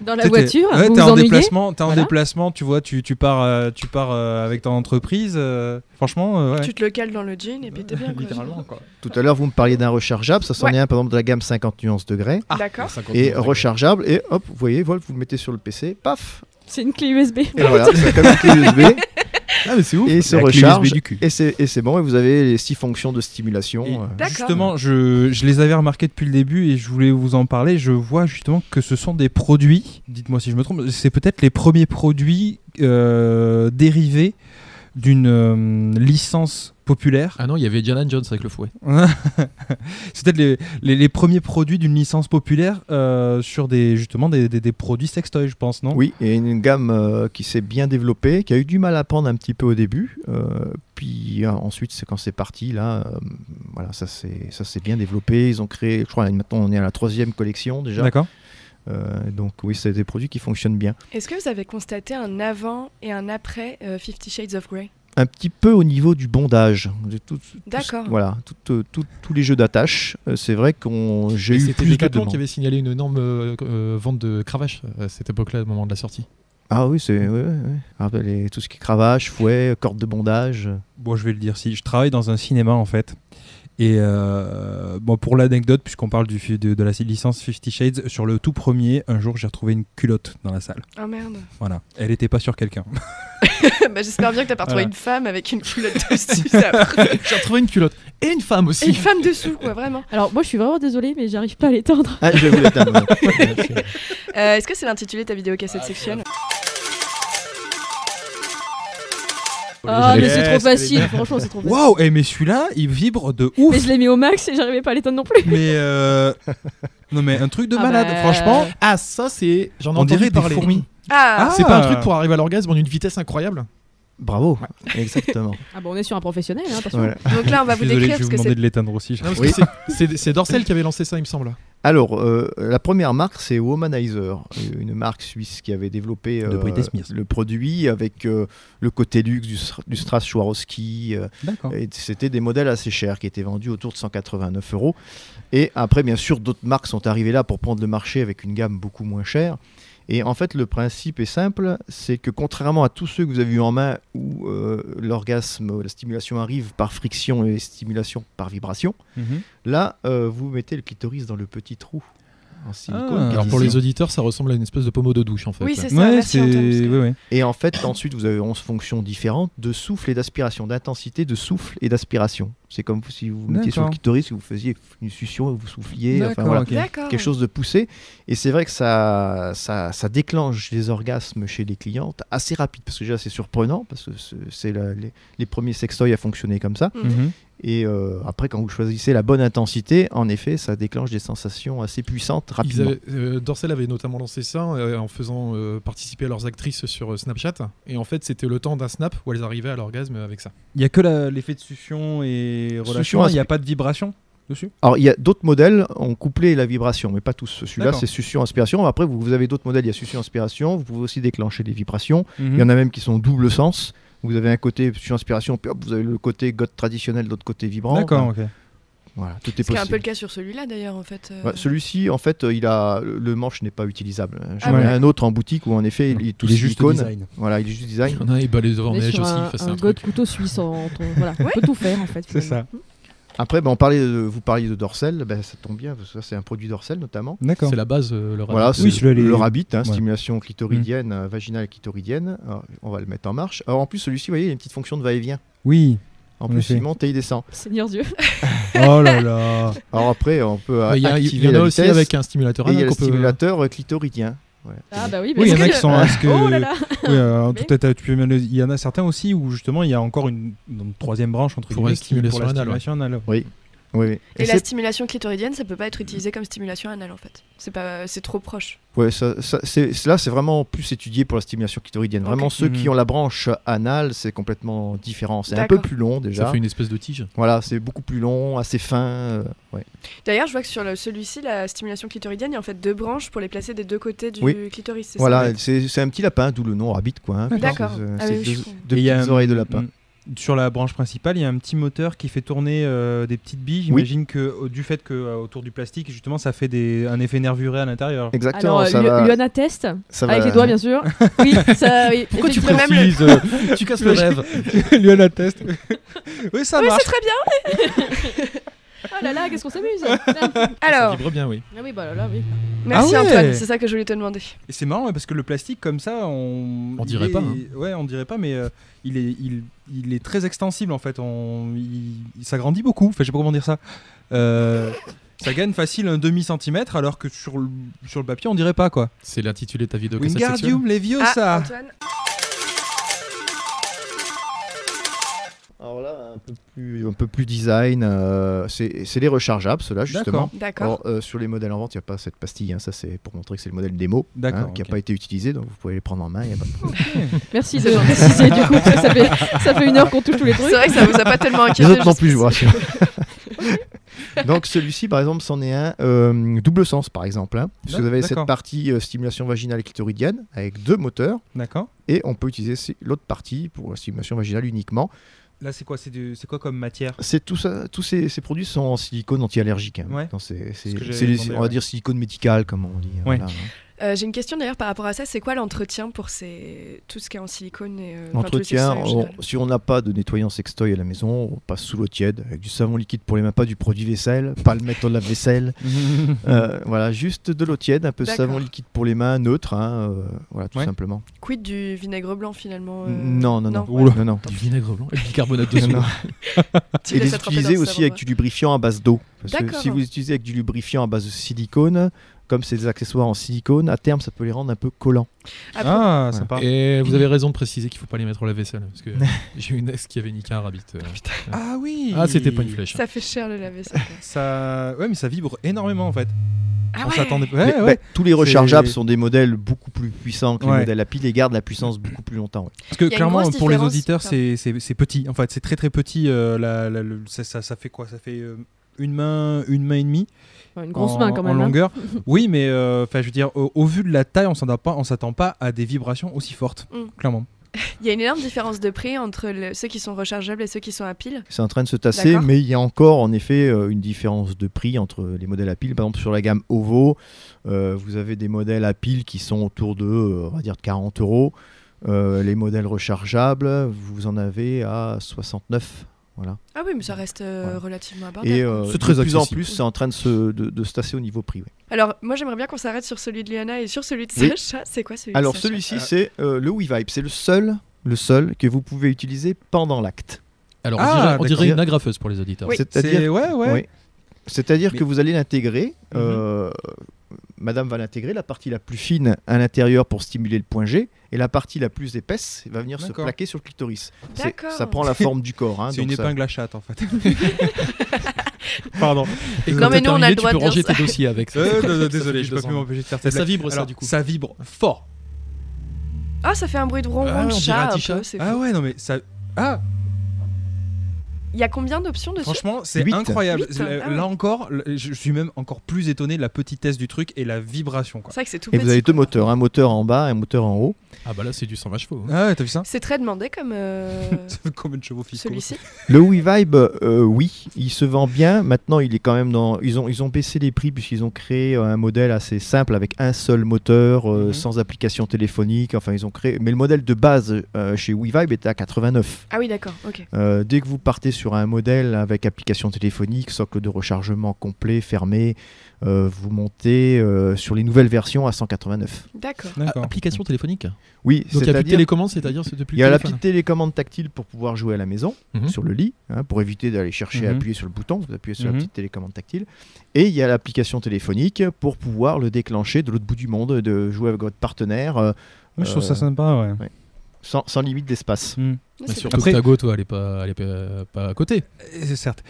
Speaker 3: Dans la
Speaker 4: t'es- t'es-
Speaker 3: voiture,
Speaker 4: ouais,
Speaker 3: vous
Speaker 4: t'es
Speaker 3: vous
Speaker 4: en
Speaker 3: ennuyez
Speaker 4: déplacement, t'es en
Speaker 3: Voilà.
Speaker 4: déplacement, tu vois, tu, tu pars, euh, tu pars euh, avec ton entreprise. euh, franchement, euh, ouais.
Speaker 1: Tu te le cales dans le jean et puis t'es bien. quoi.
Speaker 4: littéralement quoi.
Speaker 5: Tout à l'heure, vous me parliez d'un rechargeable. Ça, c'en
Speaker 1: Ouais.
Speaker 5: est un, par exemple, de la gamme 50 nuances degrés.
Speaker 4: Ah,
Speaker 1: Ah.
Speaker 2: Ah,
Speaker 1: D'accord.
Speaker 5: Et rechargeable, et hop, vous voyez, voilà, vous le mettez sur le PC, paf,
Speaker 3: C'est une clé USB.
Speaker 5: et voilà, c'est comme une clé USB.
Speaker 2: Ah mais c'est ouf.
Speaker 5: et il se
Speaker 4: La clé
Speaker 5: recharge
Speaker 4: USB du cul.
Speaker 5: et c'est et c'est bon et vous avez les six fonctions de stimulation.
Speaker 4: Et
Speaker 5: euh.
Speaker 1: D'accord.
Speaker 4: Justement, je, je les avais remarqués depuis le début et je voulais vous en parler. Je vois justement que ce sont des produits, dites-moi si je me trompe, c'est peut-être les premiers produits euh, dérivés d'une euh, licence populaire.
Speaker 2: Ah non, il y avait Janan Jones avec le fouet.
Speaker 4: c'est peut-être les, les- les premiers produits d'une licence populaire euh, sur des, justement des, des- des produits sextoy, je pense, non
Speaker 5: Oui, et une gamme euh, qui s'est bien développée, qui a eu du mal à prendre un petit peu au début, euh, puis euh, ensuite c'est quand c'est parti là, euh, voilà ça c'est ça s'est bien développé. Ils ont créé, je crois maintenant on est à la troisième collection déjà,
Speaker 4: D'accord.
Speaker 5: Euh, donc oui c'est des produits qui fonctionnent bien.
Speaker 1: Est-ce que vous avez constaté un avant et un après euh, Fifty Shades of Grey
Speaker 5: Un petit peu au niveau du bondage, J'ai tout- tout-
Speaker 1: D'accord.
Speaker 5: Voilà, tout- euh, tout- tous les jeux d'attache, euh, c'est vrai qu'on j'ai
Speaker 2: Et
Speaker 5: eu
Speaker 2: C'était
Speaker 5: plus de
Speaker 2: Decathlon
Speaker 5: demandes.
Speaker 2: qui avait signalé une énorme euh, euh, vente de cravaches euh, à cette époque-là, au moment de la sortie.
Speaker 5: Ah oui, c'est ouais, ouais, ouais. Ah, bah, les- tout ce qui est cravache, fouet, euh, corde de bondage.
Speaker 4: Bon, je vais le dire si. Je travaille dans un cinéma en fait. Et euh, bon, pour l'anecdote, puisqu'on parle du, fi- de, de la licence Fifty Shades, sur le tout premier, un jour j'ai retrouvé une culotte dans la salle.
Speaker 1: Oh merde.
Speaker 4: Voilà. Elle n'était pas sur quelqu'un.
Speaker 1: bah, J'espère bien que t'as pas retrouvé
Speaker 4: Voilà.
Speaker 1: une femme avec une culotte dessus. ça.
Speaker 2: J'ai retrouvé une culotte et une
Speaker 1: Et
Speaker 2: femme
Speaker 1: une
Speaker 2: aussi.
Speaker 1: femme dessous, quoi, vraiment.
Speaker 3: Alors, moi, je suis vraiment désolée, mais j'arrive pas à l'étendre.
Speaker 5: Ah, je vais vous l'éteindre.
Speaker 1: Euh, Est-ce que c'est l'intitulé de ta vidéo cassette section
Speaker 3: Ah, mais c'est trop
Speaker 4: Yes,
Speaker 3: facile. Franchement, c'est trop facile.
Speaker 4: Waouh Eh, Mais celui-là, il vibre de
Speaker 3: Mais
Speaker 4: ouf
Speaker 3: je l'ai mis au max et j'arrivais pas à l'étendre non plus.
Speaker 4: Mais. euh, Non, mais un truc de
Speaker 3: Ah
Speaker 4: malade,
Speaker 3: bah,
Speaker 4: franchement.
Speaker 2: Ah ça c'est, j'en ai
Speaker 4: On dirait
Speaker 2: entendu
Speaker 4: des
Speaker 2: parler.
Speaker 4: fourmis.
Speaker 1: Ah,
Speaker 4: Ah.
Speaker 2: C'est pas un truc pour arriver à l'orgasme en une vitesse incroyable
Speaker 5: Bravo, exactement.
Speaker 3: Ah bon, on est sur un professionnel, hein, attention.
Speaker 5: Voilà.
Speaker 1: Donc là, on va
Speaker 4: Je
Speaker 1: vous
Speaker 4: suis désolé,
Speaker 1: décrire
Speaker 4: je
Speaker 1: ce
Speaker 4: vais
Speaker 1: que
Speaker 4: vous demander
Speaker 1: c'est. Ah
Speaker 4: de l'éteindre aussi. je-
Speaker 2: Non, parce
Speaker 5: Oui.
Speaker 2: que c'est- c'est c'est Dorsel qui avait lancé ça, il me semble.
Speaker 5: Alors, euh, la première marque, c'est Womanizer, euh, une marque suisse qui avait développé euh,
Speaker 4: De Britney Spears.
Speaker 5: le produit avec euh, le côté luxe du, Stra- du Strass Swarovski. euh,
Speaker 4: D'accord.
Speaker 5: et C'était des modèles assez chers qui étaient vendus autour de 189 euros. Et après, bien sûr, d'autres marques sont arrivées là pour prendre le marché avec une gamme beaucoup moins chère. Et en fait, le principe est simple, c'est que contrairement à tous ceux que vous avez eu en main où euh, l'orgasme, la stimulation arrive par friction et stimulation par vibration,
Speaker 4: Mhm.
Speaker 5: là, euh, vous mettez le clitoris dans le petit trou en silicone.
Speaker 4: Ah.
Speaker 5: qui
Speaker 2: Alors pour
Speaker 5: est
Speaker 2: les
Speaker 5: ici.
Speaker 2: auditeurs, ça ressemble à une espèce de pommeau de douche en fait.
Speaker 1: Oui, c'est ça.
Speaker 4: Ouais,
Speaker 1: merci,
Speaker 4: c'est.
Speaker 1: Antoine, parce que-
Speaker 4: ouais, ouais.
Speaker 5: Et en fait, ensuite, vous avez 11 fonctions différentes de souffle et d'aspiration, d'intensité de souffle et d'aspiration. C'est comme si vous vous mettiez sur le
Speaker 4: D'accord.
Speaker 5: clitoris, que vous faisiez une succion, vous souffliez, enfin
Speaker 4: D'accord,
Speaker 5: voilà.
Speaker 4: ok.
Speaker 1: D'accord.
Speaker 5: quelque chose de poussé. Et c'est vrai que ça, ça, ça déclenche des orgasmes chez les clientes assez rapide, parce que déjà c'est surprenant, parce que ce- c'est la- les, les premiers sextoys à fonctionner comme
Speaker 1: Mm.
Speaker 5: ça.
Speaker 4: Mhm.
Speaker 5: Et euh, après, quand vous choisissez la bonne intensité, en effet, ça déclenche des sensations assez puissantes
Speaker 2: Ils
Speaker 5: rapidement.
Speaker 2: avaient- euh, Dorsel avait notamment lancé ça euh, en faisant euh, participer leurs actrices sur euh, Snapchat. Et en fait, c'était le temps d'un snap où elles arrivaient à l'orgasme avec ça.
Speaker 4: Il n'y a que la- l'effet de succion et relation.
Speaker 5: à
Speaker 2: ah,
Speaker 4: Il n'y a pas de vibration dessus
Speaker 5: Alors, il y a d'autres modèles ont couplé la vibration, mais pas tous. Celui-là,
Speaker 4: D'accord.
Speaker 5: c'est succion-inspiration. Après, vous, vous avez d'autres modèles, il y a succion-inspiration. Vous pouvez aussi déclencher des vibrations.
Speaker 4: Hum.
Speaker 2: Mhm.
Speaker 5: Il y en a même qui sont double sens. Vous avez un hein. côté succion-inspiration, puis hop, vous avez le côté goth traditionnel, l'autre côté vibrant.
Speaker 4: D'accord, ok.
Speaker 5: Voilà, tout est
Speaker 1: Ce qui est
Speaker 5: possible. Bah,
Speaker 1: un peu le cas sur celui-là d'ailleurs en fait. euh.
Speaker 5: Ouais, Celui-ci, en fait, euh, il a le manche n'est pas utilisable.
Speaker 1: Ah
Speaker 5: J'en ai
Speaker 1: ouais.
Speaker 5: un autre en boutique où en effet, il, il est tout
Speaker 4: Il est juste
Speaker 5: silicone.
Speaker 4: design.
Speaker 5: Voilà, il est juste
Speaker 2: Il
Speaker 5: design.
Speaker 2: y en a, il balai devant
Speaker 3: On est
Speaker 2: neige
Speaker 3: sur
Speaker 2: aussi.
Speaker 3: un,
Speaker 2: enfin, c'est
Speaker 3: un
Speaker 2: un
Speaker 3: god
Speaker 2: truc.
Speaker 3: couteau suisse. en- en- voilà, on
Speaker 1: Ouais.
Speaker 3: peut tout faire en fait.
Speaker 4: C'est
Speaker 3: finalement.
Speaker 4: ça.
Speaker 5: Après, ben, on parlait de, vous parliez de dorsal, ben, ça tombe bien parce que ça c'est un produit dorsal notamment.
Speaker 4: D'accord.
Speaker 2: C'est la base, euh, le
Speaker 5: Voilà,
Speaker 2: rabbit.
Speaker 5: c'est
Speaker 4: Oui, celui-là, il est-
Speaker 5: le rabbit, hein,
Speaker 4: Ouais.
Speaker 5: stimulation clitoridienne,
Speaker 2: Mm.
Speaker 5: euh, vaginale et clitoridienne. Alors, on va le mettre en marche. Alors, en plus, celui-ci, vous voyez, il a une petite fonction de va-et-vient.
Speaker 4: Oui.
Speaker 5: En
Speaker 4: En
Speaker 5: plus,
Speaker 4: effet.
Speaker 5: il monte et il descend.
Speaker 3: Seigneur Dieu.
Speaker 4: Oh là là.
Speaker 5: Alors après, on peut euh,
Speaker 2: Mais Il y, a- il
Speaker 5: activer
Speaker 2: y en
Speaker 5: la
Speaker 2: a aussi
Speaker 5: vitesse,
Speaker 2: avec un stimulateur.
Speaker 5: et il y a
Speaker 2: anal
Speaker 5: le
Speaker 2: qu'on peut-
Speaker 5: stimulateur euh, clitoridien.
Speaker 3: Ah bah oui,
Speaker 4: Oui, il y en a
Speaker 1: que-
Speaker 4: qui sont. est-ce que-
Speaker 3: Oh là là
Speaker 4: Oui, alors, euh,
Speaker 3: Mais-
Speaker 4: tout est à tuer, mais Il y en a certains aussi où justement il y a encore une, une troisième branche entre
Speaker 2: Pour
Speaker 4: guillemets
Speaker 2: la
Speaker 4: qui- pour la
Speaker 2: stimulation anale, ouais.
Speaker 4: stimulation anale.
Speaker 5: Oui, oui.
Speaker 1: Et,
Speaker 5: Et
Speaker 1: la
Speaker 5: c'est-
Speaker 1: stimulation clitoridienne, ça peut pas être utilisé comme stimulation anale en fait. C'est pas, c'est trop proche.
Speaker 5: Ouais, ça, ça- c'est- c'est- là, c'est vraiment plus étudié pour la stimulation clitoridienne. Vraiment,
Speaker 1: Ok.
Speaker 5: ceux
Speaker 2: Mm-hmm.
Speaker 5: qui
Speaker 4: Mhm.
Speaker 5: ont la branche anale, c'est complètement différent. C'est un
Speaker 1: D'accord.
Speaker 5: peu plus long déjà.
Speaker 2: Ça fait une espèce de tige.
Speaker 5: Voilà, c'est beaucoup plus long, assez fin. euh, ouais.
Speaker 1: D'ailleurs, je vois que sur le- celui-ci, la stimulation clitoridienne, il y a en fait deux branches pour les placer des deux côtés du
Speaker 5: Oui.
Speaker 1: clitoris. c'est ça
Speaker 5: Voilà, c'est c'est un petit lapin, d'où le nom rabbit, quoi. hein.
Speaker 4: D'accord.
Speaker 1: D'accord.
Speaker 5: C'est-
Speaker 1: Ah
Speaker 5: c'est
Speaker 1: oui, oui, je
Speaker 5: deux,
Speaker 1: comprends.
Speaker 5: deux
Speaker 4: Et il y a
Speaker 5: petites
Speaker 4: un-
Speaker 5: oreilles de lapin.
Speaker 4: Mm. Sur la branche principale, il y a un petit moteur qui fait tourner euh, des petites billes.
Speaker 5: Oui.
Speaker 4: J'imagine que euh, du fait que euh, autour du plastique, justement, ça fait des, un effet nervuré à l'intérieur.
Speaker 5: Exactement,
Speaker 3: Alors, euh,
Speaker 5: ça,
Speaker 3: Lu-
Speaker 5: va,
Speaker 3: Luana teste,
Speaker 5: ça va-
Speaker 3: Ah, avec les doigts bien sûr. Oui, ça, oui,
Speaker 4: Pourquoi tu
Speaker 1: Effectivement, même le-
Speaker 4: précises euh, Tu casses le rêve. Lui à la teste. oui, ça
Speaker 1: Oui,
Speaker 4: marche.
Speaker 1: c'est très bien.
Speaker 3: Oh là là, qu'est-ce qu'on s'amuse
Speaker 2: Ça
Speaker 1: Alors,
Speaker 2: vibre bien, oui.
Speaker 3: Ah oui, bah là là, oui.
Speaker 1: merci
Speaker 4: Ah ouais.
Speaker 1: Antoine, c'est ça que je voulais te demander.
Speaker 4: Et c'est marrant ouais, parce que le plastique comme ça, on,
Speaker 2: On
Speaker 4: il
Speaker 2: dirait
Speaker 4: est-
Speaker 2: pas, hein.
Speaker 4: Ouais, on dirait pas, mais euh, il est, il, il est très extensible en fait. On, il, il s'agrandit beaucoup. Enfin, je sais pas comment dire ça. Euh, ça gagne facile un demi centimètre, alors que sur le, sur le papier, on dirait pas quoi.
Speaker 2: C'est l'intitulé de ta vidéo comme ça.
Speaker 4: Wingardium
Speaker 1: Ah,
Speaker 4: Leviosa.
Speaker 1: Antoine,
Speaker 5: Alors là, un peu plus, un peu plus design. euh, c'est c'est les rechargeables, ceux-là, justement.
Speaker 4: D'accord.
Speaker 1: d'accord.
Speaker 5: Alors, euh, sur les modèles en vente, il n'y a pas cette pastille. hein, ça, c'est pour montrer que c'est le modèle démo hein,
Speaker 4: D'accord,
Speaker 5: qui n'a
Speaker 4: ok.
Speaker 5: pas été utilisé. Donc, vous pouvez les prendre en main. il y a pas de problème.
Speaker 3: Merci de préciser, du coup, parce que ça fait, ça fait une heure qu'on touche tous les trucs.
Speaker 1: C'est vrai que ça vous a pas tellement
Speaker 5: Les
Speaker 1: inquiété.
Speaker 5: autres non plus, je
Speaker 1: jusqu'ici.
Speaker 5: vous rassure. Donc celui-ci, par exemple, c'en est un euh, double sens, par exemple. hein, puisque vous avez cette
Speaker 4: D'accord.
Speaker 5: partie euh, stimulation vaginale et clitoridienne avec deux moteurs,
Speaker 4: D'accord.
Speaker 5: et on peut utiliser ces- l'autre partie pour la stimulation vaginale uniquement.
Speaker 4: Là, c'est quoi, c'est du- c'est quoi comme matière
Speaker 5: C'est tout ça, tous ces, ces produits sont en silicone anti-allergique. hein.
Speaker 4: Ouais.
Speaker 5: Donc, c'est- c'est-
Speaker 4: Ce que j'avais
Speaker 5: c'est les-
Speaker 4: demandé,
Speaker 5: on va
Speaker 4: ouais.
Speaker 5: dire silicone médical, comme on dit. hein,
Speaker 4: Ouais.
Speaker 5: voilà, hein.
Speaker 1: Euh, J'ai une question d'ailleurs par rapport à ça. C'est quoi l'entretien pour ces... tout ce qui est en silicone et euh, enfin, tous les sextoys
Speaker 5: L'entretien,
Speaker 1: en
Speaker 5: on-
Speaker 1: général
Speaker 5: si on n'a pas de nettoyant sextoy à la maison, on passe sous l'eau tiède avec du savon liquide pour les mains, pas du produit vaisselle, pas le mettre dans la vaisselle. Euh, voilà, juste de l'eau tiède, un peu de
Speaker 1: D'accord.
Speaker 5: savon liquide pour les mains, neutre, hein, euh, voilà, tout
Speaker 4: Ouais.
Speaker 5: simplement.
Speaker 1: Quid du vinaigre blanc finalement euh,
Speaker 5: Non, non, non.
Speaker 1: ouais.
Speaker 5: non, non.
Speaker 2: Du vinaigre blanc et du bicarbonate de
Speaker 5: Non,
Speaker 2: soude.
Speaker 5: non.
Speaker 1: Tu
Speaker 5: Et
Speaker 1: laisses
Speaker 5: les
Speaker 1: attraper
Speaker 5: utiliser
Speaker 1: dans le
Speaker 5: aussi
Speaker 1: savon,
Speaker 5: avec du lubrifiant à base d'eau. Parce que
Speaker 1: D'accord.
Speaker 5: si vous utilisez avec du lubrifiant à base de silicone, comme c'est des accessoires en silicone, à terme ça peut les rendre un peu collants.
Speaker 1: Ah,
Speaker 4: Ah, sympa.
Speaker 2: Et vous avez raison de préciser qu'il faut pas les mettre à la vaisselle. Parce que j'ai une ex qui avait niqué un rabbit. euh.
Speaker 4: Ah oui.
Speaker 2: Ah, c'était pas une flèche.
Speaker 1: Ça fait cher le lave-vaisselle.
Speaker 4: Ça, ouais, mais ça vibre énormément en fait.
Speaker 1: Ah
Speaker 4: on
Speaker 1: ouais.
Speaker 4: s'attendait pas.
Speaker 2: Eh
Speaker 5: Mais,
Speaker 4: Ouais, ouais.
Speaker 5: bah, tous les rechargeables sont des modèles beaucoup plus puissants que les
Speaker 4: Ouais.
Speaker 5: modèles à pile et gardent la puissance beaucoup plus longtemps. ouais.
Speaker 4: Parce que
Speaker 1: Il y a une
Speaker 4: clairement,
Speaker 1: grosse
Speaker 4: pour les
Speaker 1: différence,
Speaker 4: auditeurs,
Speaker 1: pardon.
Speaker 4: c'est c'est- c'est petit. En fait, c'est très très petit. euh, la- la- le- ça, ça- ça fait quoi Ça fait euh, une main, une main et demie.
Speaker 3: Enfin, Une grosse
Speaker 4: en,
Speaker 3: main quand même.
Speaker 4: En
Speaker 3: hein.
Speaker 4: longueur. oui, mais euh, enfin, je veux dire, au, au vu de la taille, on s'attend pas, on s'attend pas à des vibrations aussi fortes.
Speaker 1: Mm.
Speaker 4: Clairement.
Speaker 1: Il y a une énorme différence de prix entre le- ceux qui sont rechargeables et ceux qui sont à pile.
Speaker 5: C'est en train de se tasser,
Speaker 1: D'accord.
Speaker 5: mais il y a encore en effet euh, une différence de prix entre les modèles à pile. Par exemple, sur la gamme OVO, euh, vous avez des modèles à pile qui sont autour de, euh, on va dire, de 40 euros. Euh, les modèles rechargeables, vous en avez à 69. Voilà.
Speaker 1: Ah oui, mais ça reste euh,
Speaker 5: Voilà.
Speaker 1: relativement abordable.
Speaker 5: Et euh,
Speaker 2: C'est
Speaker 5: de
Speaker 2: très
Speaker 5: plus en
Speaker 2: accessible.
Speaker 5: plus, c'est en train de se, de, de se tasser au niveau prix. ouais.
Speaker 1: Alors, moi, j'aimerais bien qu'on s'arrête sur celui de Liana et sur celui de
Speaker 5: Oui.
Speaker 1: Sacha. C'est quoi celui
Speaker 5: Alors
Speaker 1: de Sacha
Speaker 5: celui-ci,
Speaker 4: Ah.
Speaker 5: c'est euh, le WeVibe. C'est le seul, le seul que vous pouvez utiliser pendant l'acte.
Speaker 2: Alors, on
Speaker 4: Ah,
Speaker 2: dirait- on dirait,
Speaker 5: d'accord.
Speaker 2: une agrafeuse pour les auditeurs.
Speaker 5: C'est-à-dire
Speaker 4: C'est- ouais, ouais.
Speaker 5: Oui. C'est-à-dire
Speaker 4: Mais- Mhm.
Speaker 5: que vous allez l'intégrer. euh, Madame va l'intégrer, la partie la plus fine à l'intérieur pour stimuler le point G, et la partie la plus épaisse va venir se
Speaker 4: D'accord.
Speaker 5: plaquer sur le clitoris. C'est-
Speaker 1: D'accord.
Speaker 5: Ça prend la forme du corps. hein,
Speaker 4: c'est une
Speaker 5: donc ça-
Speaker 4: épingle à chatte en fait. Pardon.
Speaker 2: Et
Speaker 1: Non,
Speaker 2: quand
Speaker 1: mais nous,
Speaker 2: t'as
Speaker 1: on a
Speaker 2: terminé,
Speaker 1: le droit
Speaker 2: tu peux
Speaker 1: de dire
Speaker 2: ranger
Speaker 1: ça.
Speaker 2: tes dossiers avec.
Speaker 4: Euh,
Speaker 2: Ça fait
Speaker 4: désolé, je
Speaker 2: deux
Speaker 4: peux plus
Speaker 2: ans.
Speaker 4: m'empêcher de faire
Speaker 2: Et
Speaker 4: cette
Speaker 2: ça
Speaker 4: blague.
Speaker 2: vibre, ça,
Speaker 4: Alors,
Speaker 2: du coup.
Speaker 4: Ça vibre fort.
Speaker 1: Ah, ça fait un bruit de ronron
Speaker 2: Ah, on
Speaker 1: de
Speaker 2: dirait
Speaker 1: chat
Speaker 2: un
Speaker 1: un
Speaker 5: Ah
Speaker 2: petit
Speaker 1: peu.
Speaker 2: chat.
Speaker 1: c'est
Speaker 4: Ah
Speaker 1: fou.
Speaker 4: ouais, non mais ça. Ah
Speaker 1: Il y a combien d'options dessus
Speaker 4: Franchement, c'est
Speaker 5: Huit.
Speaker 4: incroyable.
Speaker 1: Huit,
Speaker 4: Là,
Speaker 1: ah ouais.
Speaker 4: là encore, le- je je suis même encore plus étonné de la petitesse du truc et la vibration. Quoi.
Speaker 1: C'est vrai que c'est tout
Speaker 5: Et
Speaker 1: petit.
Speaker 5: vous avez deux
Speaker 1: quoi.
Speaker 5: moteurs, un moteur en bas et un moteur en haut.
Speaker 2: Ah bah là, c'est du 120 chevaux. hein.
Speaker 4: Ah ouais, t'as vu ça
Speaker 1: C'est très demandé comme euh,
Speaker 4: Comme une chevaux fiscaux.
Speaker 1: celui-ci.
Speaker 5: Le Wii Vibe, euh, oui, il se vend bien. Maintenant, il est quand même dans. Ils ont, ils ont baissé les prix puisqu'ils ont créé euh, un modèle assez simple avec un seul moteur, euh,
Speaker 4: Mhm.
Speaker 5: sans application téléphonique. Enfin, ils ont créé. Mais le modèle de base euh, chez Wii Vibe était à 89.
Speaker 1: Ah oui, d'accord, ok.
Speaker 5: Euh, dès que vous partez sur un modèle avec application téléphonique, socle de rechargement complet, fermé, euh, vous montez euh, sur les nouvelles versions à 189.
Speaker 1: D'accord.
Speaker 2: Ah,
Speaker 4: D'accord.
Speaker 2: Application téléphonique.
Speaker 5: Oui,
Speaker 2: Donc il y a plus de
Speaker 5: c'est-à-dire
Speaker 2: télécommande, c'est-à-dire c'est depuis
Speaker 5: il y a
Speaker 2: le
Speaker 5: la
Speaker 2: téléphone.
Speaker 5: petite télécommande tactile pour pouvoir jouer à la maison,
Speaker 2: Mhm.
Speaker 5: sur le lit, hein, pour éviter d'aller chercher à
Speaker 4: Mhm.
Speaker 5: appuyer sur le bouton, vous appuyez sur
Speaker 4: Mhm.
Speaker 5: la petite télécommande tactile. Et il y a l'application téléphonique pour pouvoir le déclencher de l'autre bout du monde, de jouer avec votre partenaire euh,
Speaker 4: Moi, je trouve ça
Speaker 5: Euh,
Speaker 4: sympa, ouais. Mm.
Speaker 5: sans, sans limite d'espace.
Speaker 2: Mais
Speaker 1: C'est
Speaker 2: surtout
Speaker 4: Après-
Speaker 2: que ta go, toi, elle est pas, elle est pas, pas à côté.
Speaker 4: Euh, certes.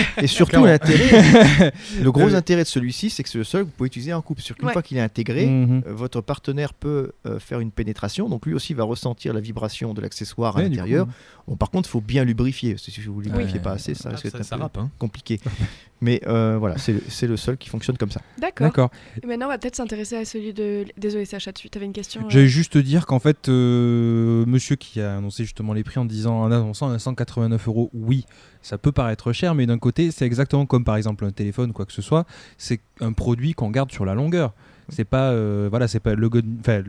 Speaker 5: Et surtout,
Speaker 4: Clairement.
Speaker 5: l'intérêt, le gros
Speaker 4: Euh,
Speaker 5: intérêt de celui-ci, c'est que c'est le seul que vous pouvez utiliser en couple. C'est-à-dire qu'une
Speaker 1: Ouais.
Speaker 5: fois qu'il est intégré,
Speaker 4: Mhm.
Speaker 5: Euh, votre partenaire peut euh, faire une pénétration, donc lui aussi va ressentir la vibration de l'accessoire à
Speaker 4: Ouais, du
Speaker 5: l'intérieur.
Speaker 4: coup,
Speaker 5: Bon, par contre, il faut bien lubrifier, parce que si vous lubrifiez
Speaker 4: Ouais.
Speaker 5: pas assez, Ah, ça risque d'être un peu
Speaker 2: rappe. Hein.
Speaker 5: compliqué. Mais euh, voilà, c'est le, c'est le seul qui fonctionne comme ça.
Speaker 1: D'accord.
Speaker 4: D'accord.
Speaker 1: Et maintenant, on va peut-être s'intéresser à celui de. Désolé, Sacha, tu avais une question. euh,
Speaker 4: J'allais juste te dire qu'en fait, euh, monsieur qui a annoncé justement les prix en disant en annonçant à 189 euros, oui, ça peut paraître cher, mais d'un côté, c'est exactement comme par exemple un téléphone, quoi que ce soit, c'est un produit qu'on garde sur la longueur. C'est pas, euh, voilà, c'est pas le God- enfin,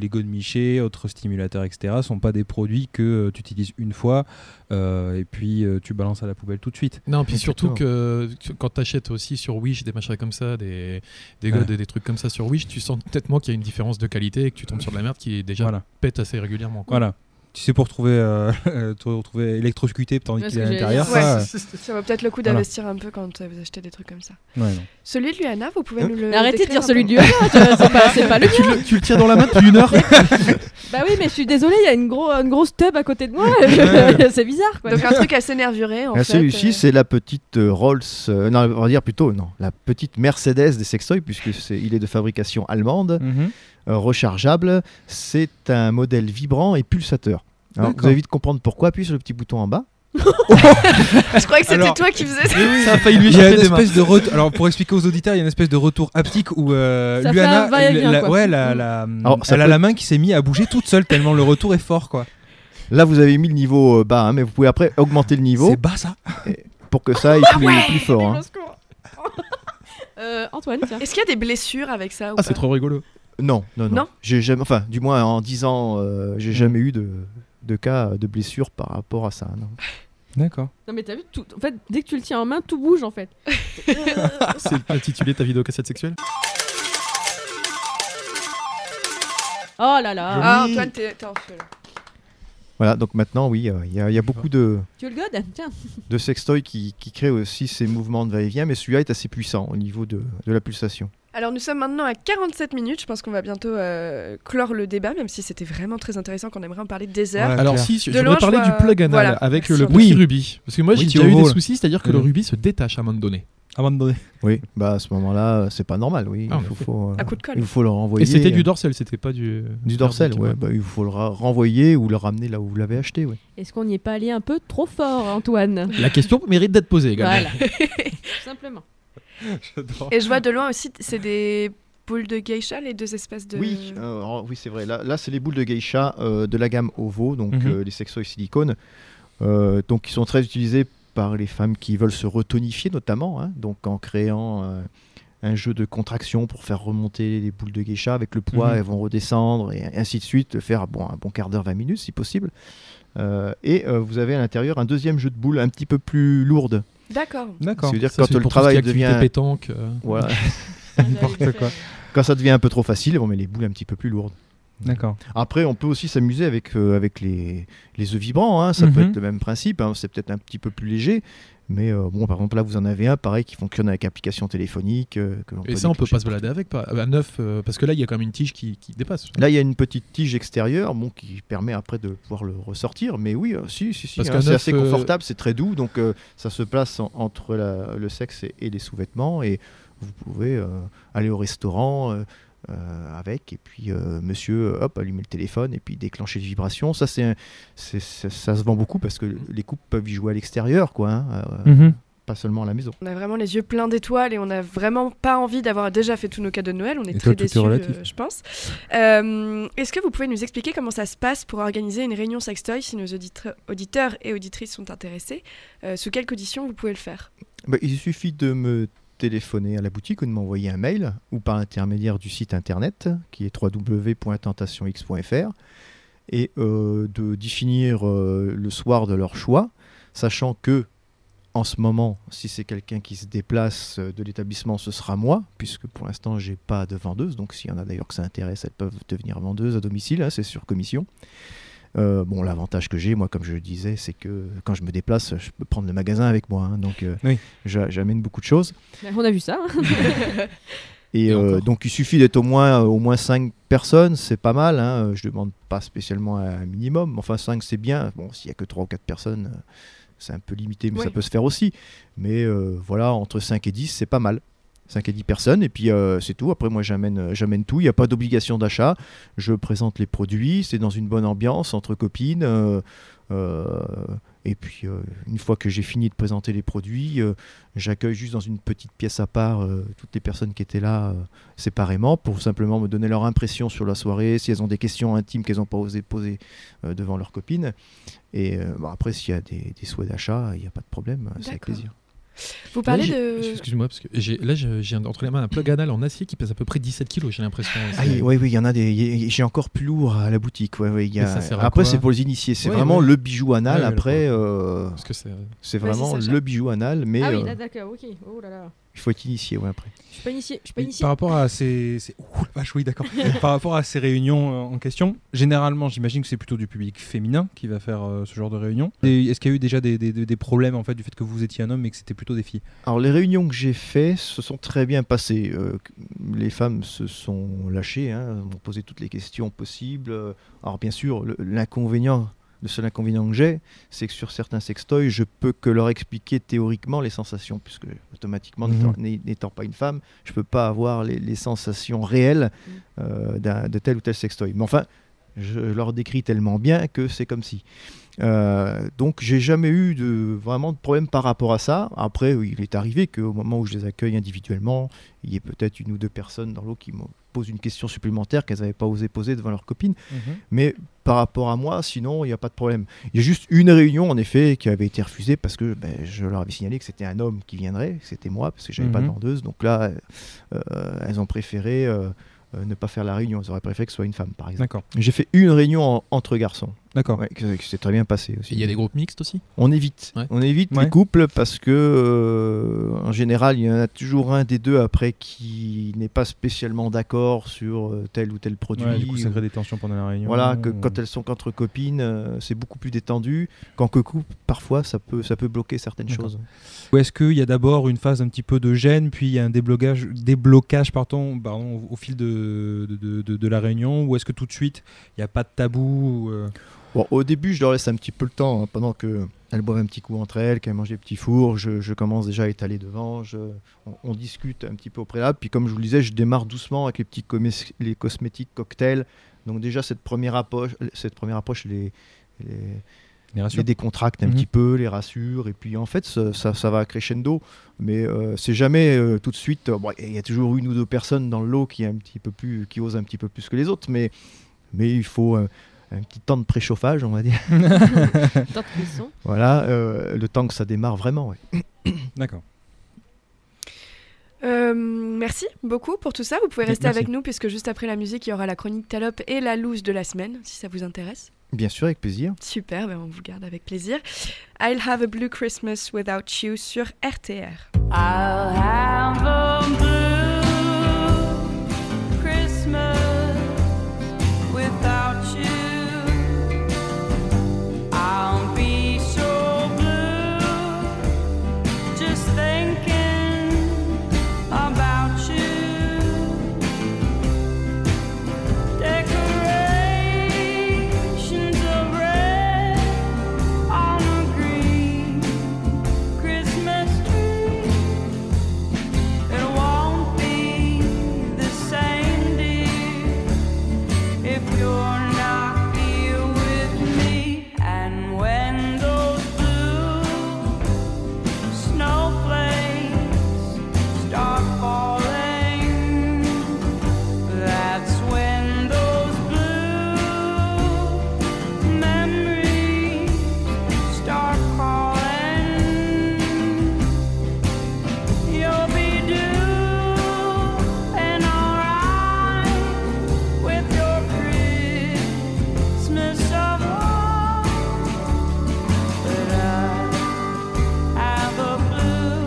Speaker 4: les godemichés, autres stimulateurs, etc. sont pas des produits que euh, tu utilises une fois euh, et puis euh, tu balances à la poubelle tout de suite.
Speaker 2: Non, puis surtout
Speaker 5: Exactement.
Speaker 2: que que quand t'achètes aussi sur Wish des machins comme ça, des, des
Speaker 4: Ouais.
Speaker 2: godes et des trucs comme ça sur Wish, tu sens peut-être moi qu'il y a une différence de qualité et que tu tombes sur de la merde qui déjà
Speaker 4: Voilà,
Speaker 2: pète assez régulièrement. Quoi.
Speaker 4: voilà. Tu sais pour trouver, euh, te retrouver électrocuté tandis
Speaker 3: Ouais,
Speaker 4: qu'il
Speaker 3: ce
Speaker 4: est à
Speaker 3: que j'allais
Speaker 4: l'intérieur, Ah.
Speaker 1: dire.
Speaker 4: ça.
Speaker 1: Ça vaut peut-être le coup
Speaker 4: Voilà.
Speaker 1: d'investir un peu quand euh, vous achetez des trucs comme ça.
Speaker 4: euh, ouais, non.
Speaker 1: Celui de Luana, vous pouvez nous le.
Speaker 3: Arrêtez de
Speaker 1: décrire
Speaker 3: dire
Speaker 1: un
Speaker 3: celui
Speaker 1: peu
Speaker 3: de Lyon, tu vois, c'est pas, c'est pas le mien.
Speaker 2: Tu le tiens dans la main depuis une heure
Speaker 3: Bah oui, mais je suis désolée, il y a une, gros, une grosse tub à côté de moi. c'est bizarre quoi.
Speaker 1: Donc un truc assez nervuré en
Speaker 5: Ah,
Speaker 1: fait.
Speaker 5: Celui-ci,
Speaker 1: euh,
Speaker 5: c'est la petite euh, Rolls, euh, non, on va dire plutôt, non, la petite Mercedes des sextoys, puisque c'est- il est de fabrication allemande,
Speaker 4: Mhm.
Speaker 5: euh, rechargeable. C'est un modèle vibrant et pulsateur. Alors, vous
Speaker 4: D'accord.
Speaker 5: avez vite comprendre pourquoi, appuyez sur le petit bouton en bas.
Speaker 1: Je croyais que c'était
Speaker 4: Alors-
Speaker 1: toi qui faisais ça.
Speaker 2: Ça a failli lui
Speaker 4: Il y a
Speaker 2: jeter
Speaker 4: une
Speaker 2: des mains.
Speaker 4: espèce de retour. Alors pour expliquer aux auditeurs, il y a une espèce de retour haptique où euh,
Speaker 3: Ça fait
Speaker 4: Luana,
Speaker 3: un va-et-vient,
Speaker 4: la-
Speaker 3: quoi. Mhm.
Speaker 4: ouais, la, la-
Speaker 5: Alors, ça
Speaker 4: elle a
Speaker 5: peut-
Speaker 4: la main qui s'est mise à bouger toute seule tellement le retour est fort quoi.
Speaker 5: Là, vous avez mis le niveau euh, bas, hein, mais vous pouvez après augmenter le niveau
Speaker 4: C'est bas ça.
Speaker 5: pour que ça aille
Speaker 1: Ah
Speaker 5: plus, plus fort. hein.
Speaker 3: Au secours. Euh, Antoine, tiens.
Speaker 1: Est-ce qu'il y a des blessures avec ça ou
Speaker 2: Ah, c'est
Speaker 1: pas
Speaker 2: trop rigolo.
Speaker 5: Non, non, non.
Speaker 1: Non Mm.
Speaker 5: j'ai jamais, enfin, du moins en 10 ans, euh, j'ai jamais eu de, de cas de blessure par rapport à ça. non.
Speaker 4: D'accord.
Speaker 3: Non mais t'as vu tout. En fait, dès que tu le tiens en main, tout bouge en fait.
Speaker 2: C'est intitulé ta vidéo cassette sexuelle
Speaker 3: Oh là là.
Speaker 1: Ah, Antoine, t'es t'es en feu là.
Speaker 5: Voilà, donc maintenant, oui, euh, il y, a- il y a beaucoup de,
Speaker 3: Tu le god Tiens.
Speaker 5: de sextoys qui, qui créent aussi ces mouvements de va-et-vient, mais celui-là est assez puissant au niveau de, de la pulsation.
Speaker 1: Alors nous sommes maintenant à 47 minutes, je pense qu'on va bientôt euh, clore le débat, même si c'était vraiment très intéressant qu'on aimerait en parler des heures.
Speaker 4: Ouais,
Speaker 2: Alors
Speaker 4: clair.
Speaker 2: si, je
Speaker 1: De
Speaker 2: voudrais
Speaker 1: loin, je
Speaker 2: parler
Speaker 1: vois-
Speaker 2: du plug anal
Speaker 1: voilà.
Speaker 2: avec
Speaker 1: Merci,
Speaker 2: le
Speaker 1: Antoine.
Speaker 2: petit rubis. Parce que moi
Speaker 4: Oui,
Speaker 2: j'ai
Speaker 4: tu
Speaker 2: déjà eu des
Speaker 4: roules.
Speaker 2: soucis, c'est-à-dire que le
Speaker 4: Mhm.
Speaker 2: rubis se détache à un moment donné.
Speaker 4: À un moment donné.
Speaker 5: Oui, bah à ce moment-là, euh, c'est pas normal, oui.
Speaker 2: Ah,
Speaker 5: il, faut,
Speaker 2: mais-
Speaker 5: faut, euh,
Speaker 1: À coup de colle.
Speaker 5: il faut le renvoyer.
Speaker 2: Et c'était
Speaker 5: euh,
Speaker 2: du dorsal, c'était pas du. euh,
Speaker 5: du dorsal, ouais, bah, il faut le ra- renvoyer ou le ramener là où vous l'avez acheté, oui.
Speaker 3: Est-ce qu'on n'y est pas allé un peu trop fort, Antoine
Speaker 2: La question mérite d'être posée également.
Speaker 3: Voilà. Tout simplement.
Speaker 1: Et je vois de loin aussi, c'est des boules de geisha, les deux espèces de...
Speaker 5: Oui, euh, alors, oui c'est vrai. Là, là, c'est les boules de geisha euh, de la gamme OVO, donc
Speaker 4: Mhm.
Speaker 5: euh, les sextoys silicone, euh, donc qui sont très utilisés par les femmes qui veulent se retonifier notamment, hein, donc en créant euh, un jeu de contraction pour faire remonter les boules de geisha avec le poids,
Speaker 4: Mhm.
Speaker 5: elles vont redescendre et ainsi de suite, faire bon, un bon quart d'heure, 20 minutes si possible. Euh, et euh, vous avez à l'intérieur un deuxième jeu de boules un petit peu plus lourde.
Speaker 1: D'accord.
Speaker 4: D'accord.
Speaker 5: C'est-à-dire
Speaker 2: Ça,
Speaker 5: quand
Speaker 2: c'est
Speaker 5: le
Speaker 2: pour tout ce qui est
Speaker 5: travail
Speaker 2: activité
Speaker 5: devient...
Speaker 2: pétanque. euh,
Speaker 5: Voilà.
Speaker 4: N'importe quoi.
Speaker 5: quand ça devient un peu trop facile, on met les boules un petit peu plus lourdes.
Speaker 4: D'accord.
Speaker 5: Après, on peut aussi s'amuser avec, euh, avec les, les œufs vibrants. hein, Ça peut
Speaker 4: Mhm.
Speaker 5: être le même principe. hein, C'est peut-être un petit peu plus léger. Mais euh, bon, par exemple, là, vous en avez un pareil qui fonctionne avec application téléphonique. euh, que l'on
Speaker 2: Et ça, on peut
Speaker 5: déclencher
Speaker 2: pas se balader avec, pas à neuf, euh, parce que là, il y a quand même une tige qui, qui dépasse.
Speaker 5: Là, il y a une petite tige extérieure bon, qui permet après de pouvoir le ressortir. Mais oui, euh, si, si, si.
Speaker 2: Parce
Speaker 5: hein,
Speaker 2: qu'un
Speaker 5: c'est
Speaker 2: œuf,
Speaker 5: assez
Speaker 2: euh,
Speaker 5: confortable, c'est très doux. Donc, euh, ça se place en- entre la- le sexe et, et les sous-vêtements. Et vous pouvez euh, aller au restaurant. euh, euh, avec, et puis euh, monsieur, hop, allumer le téléphone, et puis déclencher les vibrations. Ça, c'est, un- c'est- ça, ça se vend beaucoup parce que les couples peuvent y jouer à l'extérieur, quoi, hein, euh,
Speaker 2: Mm.
Speaker 4: Mhm.
Speaker 5: pas seulement à la maison.
Speaker 1: On a vraiment les yeux pleins d'étoiles et on n'a vraiment pas envie d'avoir déjà fait tous nos cadeaux de Noël. On est
Speaker 4: Et
Speaker 1: très
Speaker 4: toi, tout est
Speaker 1: déçus,
Speaker 4: relatif.
Speaker 1: euh, je pense. Euh, Est-ce que vous pouvez nous expliquer comment ça se passe pour organiser une réunion sextoy si nos auditre- auditeurs et auditrices sont intéressés Euh, Sous quelles conditions vous pouvez le faire
Speaker 5: Bah, il suffit de me téléphoner à la boutique ou de m'envoyer un mail ou par l'intermédiaire du site internet qui est www.tentationx.fr et euh, de d'y finir euh, le soir de leur choix, sachant que en ce moment, si c'est quelqu'un qui se déplace euh, de l'établissement, ce sera moi, puisque pour l'instant, j'ai pas de vendeuse. Donc, s'il y en a d'ailleurs que ça intéresse, elles peuvent devenir vendeuses à domicile, hein, c'est sur commission. Euh, bon, l'avantage que j'ai, moi, comme je le disais, c'est que quand je me déplace, je peux prendre le magasin avec moi. hein, donc, euh,
Speaker 4: Oui.
Speaker 5: j'a- j'amène beaucoup de choses.
Speaker 3: Ben, on a vu ça.
Speaker 5: Et,
Speaker 2: Et
Speaker 5: euh,
Speaker 2: encore.
Speaker 5: donc, il suffit d'être au moins, au moins 5 personnes, c'est pas mal. Hein. Je demande pas spécialement un minimum. Enfin, 5, c'est bien. Bon, s'il y a que 3 ou 4 personnes, euh, c'est un peu limité, mais
Speaker 1: Oui.
Speaker 5: ça peut se faire aussi. Mais euh, voilà, entre 5 et 10, c'est pas mal. 5 et 10 personnes, et puis euh, c'est tout. Après, moi, j'amène euh, j'amène tout. Il n'y a pas d'obligation d'achat. Je présente les produits. C'est dans une bonne ambiance, entre copines. euh, euh, et puis, euh, une fois que j'ai fini de présenter les produits, euh, j'accueille juste dans une petite pièce à part euh, toutes les personnes qui étaient là euh, séparément pour simplement me donner leur impression sur la soirée, si elles ont des questions intimes qu'elles n'ont pas osé poser euh, devant leurs copines. Et euh, bon, après, s'il y a des, des souhaits d'achat, il n'y a pas de problème. euh, C'est avec
Speaker 1: D'accord.
Speaker 5: plaisir.
Speaker 1: Vous parlez
Speaker 2: j'ai-
Speaker 1: de...
Speaker 2: Excuse-moi, parce que j'ai- là, j'ai j'ai entre les mains un plug anal en acier qui pèse à peu près 17 kilos, j'ai l'impression.
Speaker 5: Ah,
Speaker 2: C'est-
Speaker 5: il- oui, oui, il y en a des. y- y- J'ai encore plus lourd à la boutique. Ouais, ouais, il y
Speaker 2: Mais
Speaker 5: a-
Speaker 2: ça sert à
Speaker 5: après,
Speaker 2: quoi
Speaker 5: c'est hein. pour les initiés. C'est
Speaker 2: Ouais,
Speaker 5: vraiment
Speaker 2: ouais.
Speaker 5: le bijou anal.
Speaker 2: Ouais, ouais,
Speaker 5: après, euh,
Speaker 2: Parce que c'est.
Speaker 5: c'est
Speaker 1: Vas-y,
Speaker 5: vraiment
Speaker 1: Sacha.
Speaker 5: le bijou anal, mais
Speaker 3: ah oui,
Speaker 5: euh,
Speaker 3: là, d'accord, ok. Oh là là.
Speaker 5: il faut être initié. Ouais, après.
Speaker 3: Je suis pas initiée. Je suis pas
Speaker 4: Mais
Speaker 3: initiée.
Speaker 4: Par rapport à ces, ces- Ouh, la vache, oui, d'accord. par rapport à ces réunions euh, en question, généralement, j'imagine que c'est plutôt du public féminin qui va faire euh, ce genre de réunion. Et Est-ce qu'il y a eu déjà des, des- des- des problèmes en fait du fait que vous étiez un homme et que c'était plutôt des filles
Speaker 5: Alors les réunions que j'ai faites se sont très bien passées. Euh, les femmes se sont lâchées, hein, m'ont posé toutes les questions possibles. Euh, Alors bien sûr, le- l'inconvénient, le seul inconvénient que j'ai, c'est que sur certains sextoys, je peux que leur expliquer théoriquement les sensations, puisque automatiquement,
Speaker 4: Mhm.
Speaker 5: n'étant- n'é- n'étant pas une femme, je peux pas avoir les, les sensations réelles euh, d'un- de tel ou tel sextoy. Mais enfin, je leur décris tellement bien que c'est comme si. Euh, donc j'ai jamais eu de, vraiment de problème par rapport à ça. Après, oui, il est arrivé qu'au moment où je les accueille individuellement, il y ait peut-être une ou deux personnes dans l'eau qui me posent une question supplémentaire qu'elles n'avaient pas osé poser devant leur copine.
Speaker 4: Mhm.
Speaker 5: Mais par rapport à moi, sinon, il n'y a pas de problème. Il y a juste une réunion, en effet, qui avait été refusée parce que ben, je leur avais signalé que c'était un homme qui viendrait, que c'était moi, parce que j'avais pas de
Speaker 4: Mhm.
Speaker 5: vendeuse. Donc là, euh, euh, elles ont préféré euh, euh, ne pas faire la réunion. Elles auraient préféré que ce soit une femme, par exemple.
Speaker 4: D'accord,
Speaker 5: J'ai fait une réunion en- entre garçons.
Speaker 4: d'accord.
Speaker 5: Ouais, que, que c'est très bien passé aussi.
Speaker 2: Il y a des groupes mixtes aussi
Speaker 5: On évite.
Speaker 2: Ouais.
Speaker 5: On évite
Speaker 4: Ouais.
Speaker 5: les couples parce que, euh, en général, il y en a toujours un des deux après qui n'est pas spécialement d'accord sur euh, tel ou tel produit.
Speaker 4: Ouais, du coup, ça
Speaker 5: ou-
Speaker 4: crée des tensions pendant la réunion. Mmh.
Speaker 5: voilà, que
Speaker 4: ou-
Speaker 5: quand elles sont qu'entre copines, euh, c'est beaucoup plus détendu. Quand que couple, parfois, ça peut, ça peut bloquer certaines
Speaker 4: D'accord.
Speaker 5: choses.
Speaker 4: Ou est-ce qu'il y a d'abord une phase un petit peu de gêne, puis il y a un déblocage, déblocage pardon, pardon, au au fil de, de, de- de- de la réunion, ou est-ce que tout de suite, il n'y a pas de tabou ou, euh,
Speaker 5: Bon, au début, je leur laisse un petit peu le temps, hein, pendant que elles boivent un petit coup entre elles, qu'elles mangent des petits fours, je, je commence déjà à étaler devant, je- on, on discute un petit peu au préalable, puis comme je vous le disais, je démarre doucement avec les petits comé- les cosmétiques cocktails, donc déjà cette première approche, cette première approche les- les,
Speaker 4: les
Speaker 5: les
Speaker 4: rassure
Speaker 5: décontracte un
Speaker 4: Mhm.
Speaker 5: petit peu, les rassure, et puis en fait, ça, ça, ça va crescendo, mais euh, c'est jamais euh, tout de suite. euh, bon, Il y a toujours une ou deux personnes dans le lot qui, est un petit peu plus, qui osent un petit peu plus que les autres, mais, mais il faut euh, un petit temps de préchauffage, on va dire.
Speaker 3: Tant qu'ils sont.
Speaker 5: Voilà, euh, le temps que ça démarre vraiment. ouais.
Speaker 4: D'accord.
Speaker 1: Euh, merci beaucoup pour tout ça. Vous pouvez
Speaker 4: Oui,
Speaker 1: rester
Speaker 4: merci.
Speaker 1: avec nous puisque juste après la musique, il y aura la chronique Talop et la loose de la semaine, si ça vous intéresse.
Speaker 5: Bien sûr, avec plaisir.
Speaker 1: Super, ben on vous garde avec plaisir. I'll have a blue Christmas without you sur RTR.
Speaker 7: I'll have a blue Christmas without you. I'll be so blue just thinking about you. Decorations of red on a green Christmas tree. It won't if you're not here with me. And when those blue snowflakes start falling, that's when those blue memories start calling. You'll be due and alright with your Christmas of love. But I have a blue,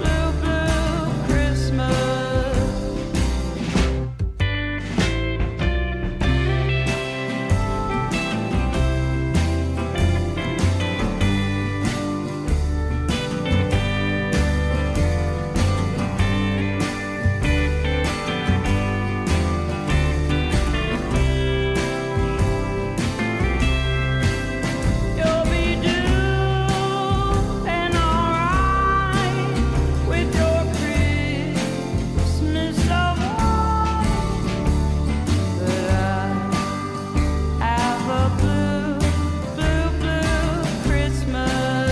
Speaker 7: blue, blue Christmas. You'll be due and alright with your Christmas of But I have a blue, blue, blue Christmas.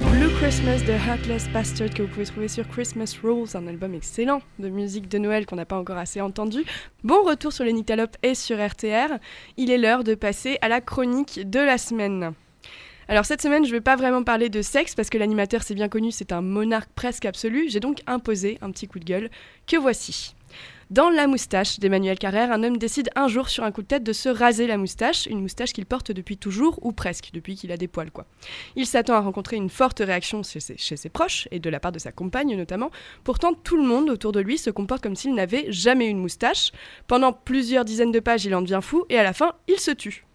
Speaker 1: Blue Christmas de Heartless Bastard que vous pouvez trouver sur Christmas Rules, un album excellent de musique de Noël qu'on n'a pas encore assez entendu. Bon retour sur les Nictalopes et sur RTR. Il est l'heure de passer à la chronique de la semaine. Alors cette semaine, je ne vais pas vraiment parler de sexe parce que l'animateur, c'est bien connu, c'est un monarque presque absolu. J'ai donc imposé un petit coup de gueule que voici. Dans La moustache d'Emmanuel Carrère, un homme décide un jour sur un coup de tête de se raser la moustache, une moustache qu'il porte depuis toujours ou presque, depuis qu'il a des poils quoi. Il s'attend à rencontrer une forte réaction chez ses, chez ses proches, et de la part de sa compagne notamment. Pourtant, tout le monde autour de lui se comporte comme s'il n'avait jamais une moustache. Pendant plusieurs dizaines de pages, il en devient fou, et à la fin, il se tue.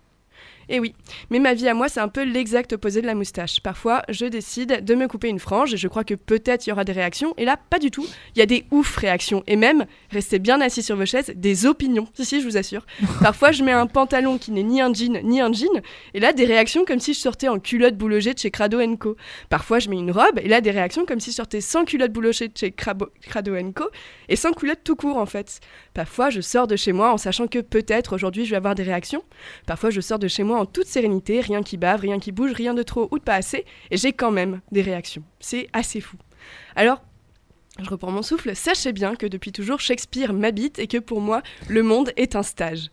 Speaker 1: Et oui, mais ma vie à moi, c'est un peu l'exact opposé de la moustache. Parfois, je décide de me couper une frange et je crois que peut-être il y aura des réactions. Et là, pas du tout. Il y a des ouf réactions. Et même, restez bien assis sur vos chaises, des opinions. Si, si, je vous assure. Parfois, je mets un pantalon qui n'est ni un jean, ni un jean. Et là, des réactions comme si je sortais en culotte boulogée de chez Crado Co. Parfois, je mets une robe, et là, des réactions comme si je sortais sans culotte boulogée de chez Crabo- Crado Co. Et sans culotte tout court, en fait. Parfois, je sors de chez moi en sachant que peut-être aujourd'hui, je vais avoir des réactions. Parfois, je sors de chez moi en toute sérénité, rien qui bave, rien qui bouge, rien de trop ou de pas assez, et j'ai quand même des réactions. C'est assez fou. Alors, je reprends mon souffle, sachez bien que depuis toujours, Shakespeare m'habite et que pour moi, le monde est un stage.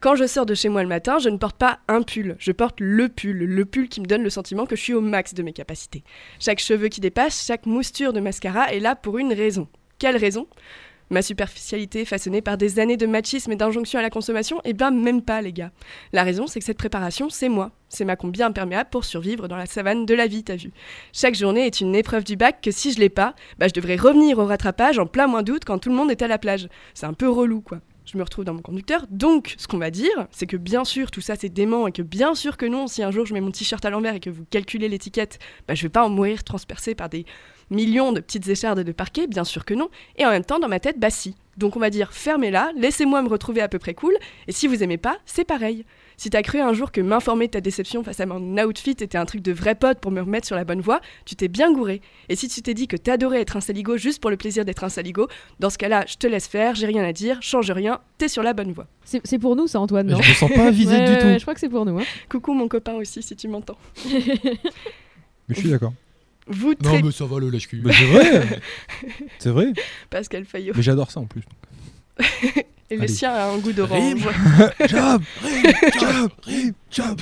Speaker 1: Quand je sors de chez moi le matin, je ne porte pas un pull, je porte le pull, le pull qui me donne le sentiment que je suis au max de mes capacités. Chaque cheveu qui dépasse, chaque mousture de mascara est là pour une raison. Quelle raison Ma superficialité façonnée par des années de machisme et d'injonction à la consommation, eh bien même pas les gars. La raison, c'est que cette préparation, c'est moi. C'est ma combi imperméable pour survivre dans la savane de la vie, t'as vu. Chaque journée est une épreuve du bac que si je l'ai pas, bah je devrais revenir au rattrapage en plein mois d'août quand tout le monde est à la plage. C'est un peu relou, quoi. Je me retrouve dans mon conducteur, donc ce qu'on va dire, c'est que bien sûr tout ça c'est dément et que bien sûr que non, si un jour je mets mon t-shirt à l'envers et que vous calculez l'étiquette, bah je vais pas en mourir transpercé par des millions de petites échardes de parquet, bien sûr que non, et en même temps dans ma tête, bah si. Donc on va dire fermez-la, laissez-moi me retrouver à peu près cool, et si vous aimez pas, c'est pareil. Si t'as cru un jour que m'informer de ta déception face à mon outfit était un truc de vrai pote pour me remettre sur la bonne voie, tu t'es bien gouré. Et si tu t'es dit que t'adorais être un saligo juste pour le plaisir d'être un saligo, dans ce cas-là, je te laisse faire, j'ai rien à dire, change rien, t'es sur la bonne voie.
Speaker 3: C'est c'est pour nous ça, Antoine,
Speaker 2: Je
Speaker 3: non
Speaker 2: me sens pas avisé
Speaker 3: Ouais,
Speaker 2: du
Speaker 3: ouais,
Speaker 2: tout.
Speaker 3: ouais, je crois que c'est pour nous. hein.
Speaker 1: Coucou mon copain aussi si tu m'entends.
Speaker 4: Mais je suis d'accord.
Speaker 1: Vous
Speaker 2: Non,
Speaker 1: très...
Speaker 2: mais ça va le lâche
Speaker 4: Mais Bah, c'est vrai C'est vrai
Speaker 1: Pascal Fayot.
Speaker 4: Mais j'adore ça en plus.
Speaker 1: Et le
Speaker 4: Allez.
Speaker 1: sien a un goût d'orange.
Speaker 4: Job Job Job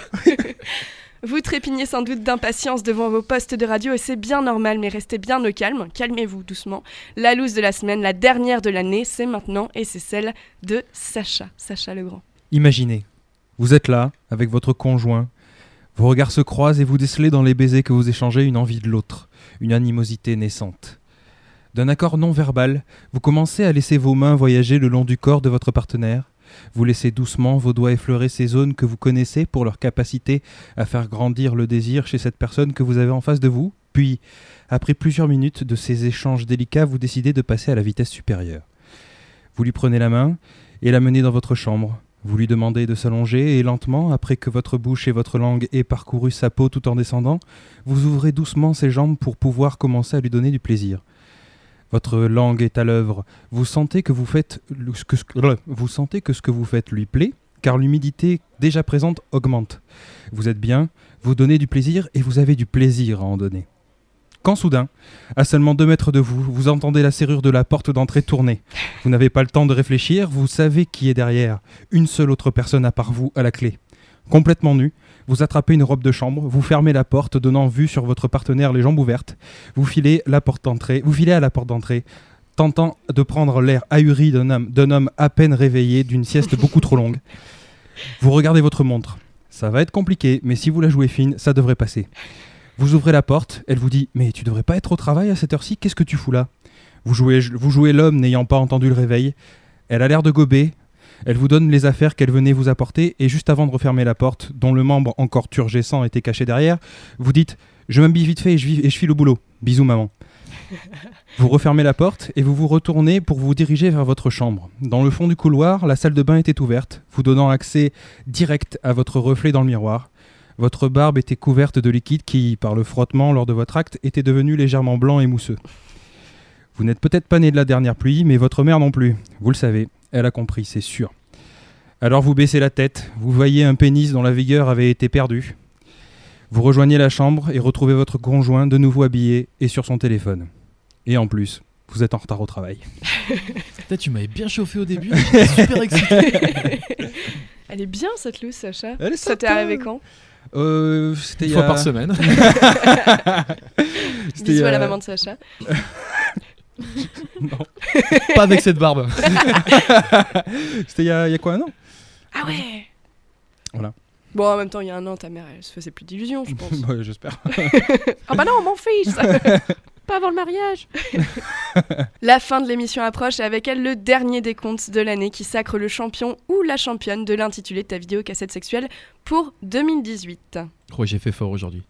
Speaker 1: Vous trépignez sans doute d'impatience devant vos postes de radio et c'est bien normal, mais restez bien au calme, calmez-vous doucement. La loose de la semaine, la dernière de l'année, c'est maintenant et c'est celle de Sacha, Sacha Legrand.
Speaker 4: Imaginez, vous êtes là avec votre conjoint, vos regards se croisent et vous décelez dans les baisers que vous échangez une envie de l'autre, une animosité naissante. D'un accord non verbal, vous commencez à laisser vos mains voyager le long du corps de votre partenaire. Vous laissez doucement vos doigts effleurer ces zones que vous connaissez pour leur capacité à faire grandir le désir chez cette personne que vous avez en face de vous. Puis, après plusieurs minutes de ces échanges délicats, vous décidez de passer à la vitesse supérieure. Vous lui prenez la main et la menez dans votre chambre. Vous lui demandez de s'allonger et lentement, après que votre bouche et votre langue aient parcouru sa peau tout en descendant, vous ouvrez doucement ses jambes pour pouvoir commencer à lui donner du plaisir. Votre langue est à l'œuvre. Vous sentez que vous faites le- ce que, ce que- vous sentez que ce que vous faites lui plaît, car l'humidité déjà présente augmente. Vous êtes bien, vous donnez du plaisir et vous avez du plaisir à en donner. Quand soudain, à seulement deux mètres de vous, vous entendez la serrure de la porte d'entrée tourner. Vous n'avez pas le temps de réfléchir, vous savez qui est derrière. Une seule autre personne à part vous à la clé. Complètement nu, vous attrapez une robe de chambre, vous fermez la porte, donnant vue sur votre partenaire les jambes ouvertes. Vous filez la porte d'entrée, vous filez à la porte d'entrée, tentant de prendre l'air ahuri d'un homme, d'un homme à peine réveillé d'une sieste beaucoup trop longue. Vous regardez votre montre. Ça va être compliqué, mais si vous la jouez fine, ça devrait passer. Vous ouvrez la porte, elle vous dit "Mais tu devrais pas être au travail à cette heure-ci, qu'est-ce que tu fous là Vous jouez vous jouez l'homme n'ayant pas entendu le réveil. Elle a l'air de gober, elle vous donne les affaires qu'elle venait vous apporter et juste avant de refermer la porte, dont le membre encore turgescent était caché derrière, vous dites Je m'habille vite fait et je, vis- et je file au boulot. Bisous maman. vous refermez la porte et vous vous retournez pour vous diriger vers votre chambre. Dans le fond du couloir, la salle de bain était ouverte, vous donnant accès direct à votre reflet dans le miroir. Votre barbe était couverte de liquide qui, par le frottement lors de votre acte, était devenu légèrement blanc et mousseux. Vous n'êtes peut-être pas né de la dernière pluie, mais votre mère non plus. Vous le savez, elle a compris, c'est sûr. Alors vous baissez la tête, vous voyez un pénis dont la vigueur avait été perdue. Vous rejoignez la chambre et retrouvez votre conjoint de nouveau habillé et sur son téléphone. Et en plus, vous êtes en retard au travail.
Speaker 2: Putain, tu m'avais bien chauffé au début, j'étais super excité.
Speaker 1: Elle est bien cette loose, Sacha.
Speaker 4: Elle est
Speaker 1: Ça t'est
Speaker 4: sympa.
Speaker 1: arrivé quand
Speaker 4: Euh, C'était
Speaker 2: Une
Speaker 4: il y
Speaker 2: fois
Speaker 4: a-
Speaker 2: par semaine.
Speaker 4: c'était il y
Speaker 1: Bisous à
Speaker 4: a-
Speaker 1: la maman de Sacha.
Speaker 4: Non.
Speaker 2: Pas avec cette barbe.
Speaker 4: C'était il y a, il y a quoi un an
Speaker 1: Ah ouais
Speaker 4: Voilà.
Speaker 1: Bon, en même temps, il y a un an, ta mère, elle se faisait plus d'illusions, je pense.
Speaker 4: Bah, J'espère.
Speaker 1: ah bah non, mon fils
Speaker 3: Pas avant le mariage.
Speaker 1: La fin de l'émission approche et avec elle le dernier décompte de l'année qui sacre le champion ou la championne de l'intitulé de ta vidéo cassette sexuelle pour 2018.
Speaker 2: Ouais, j'ai fait fort aujourd'hui.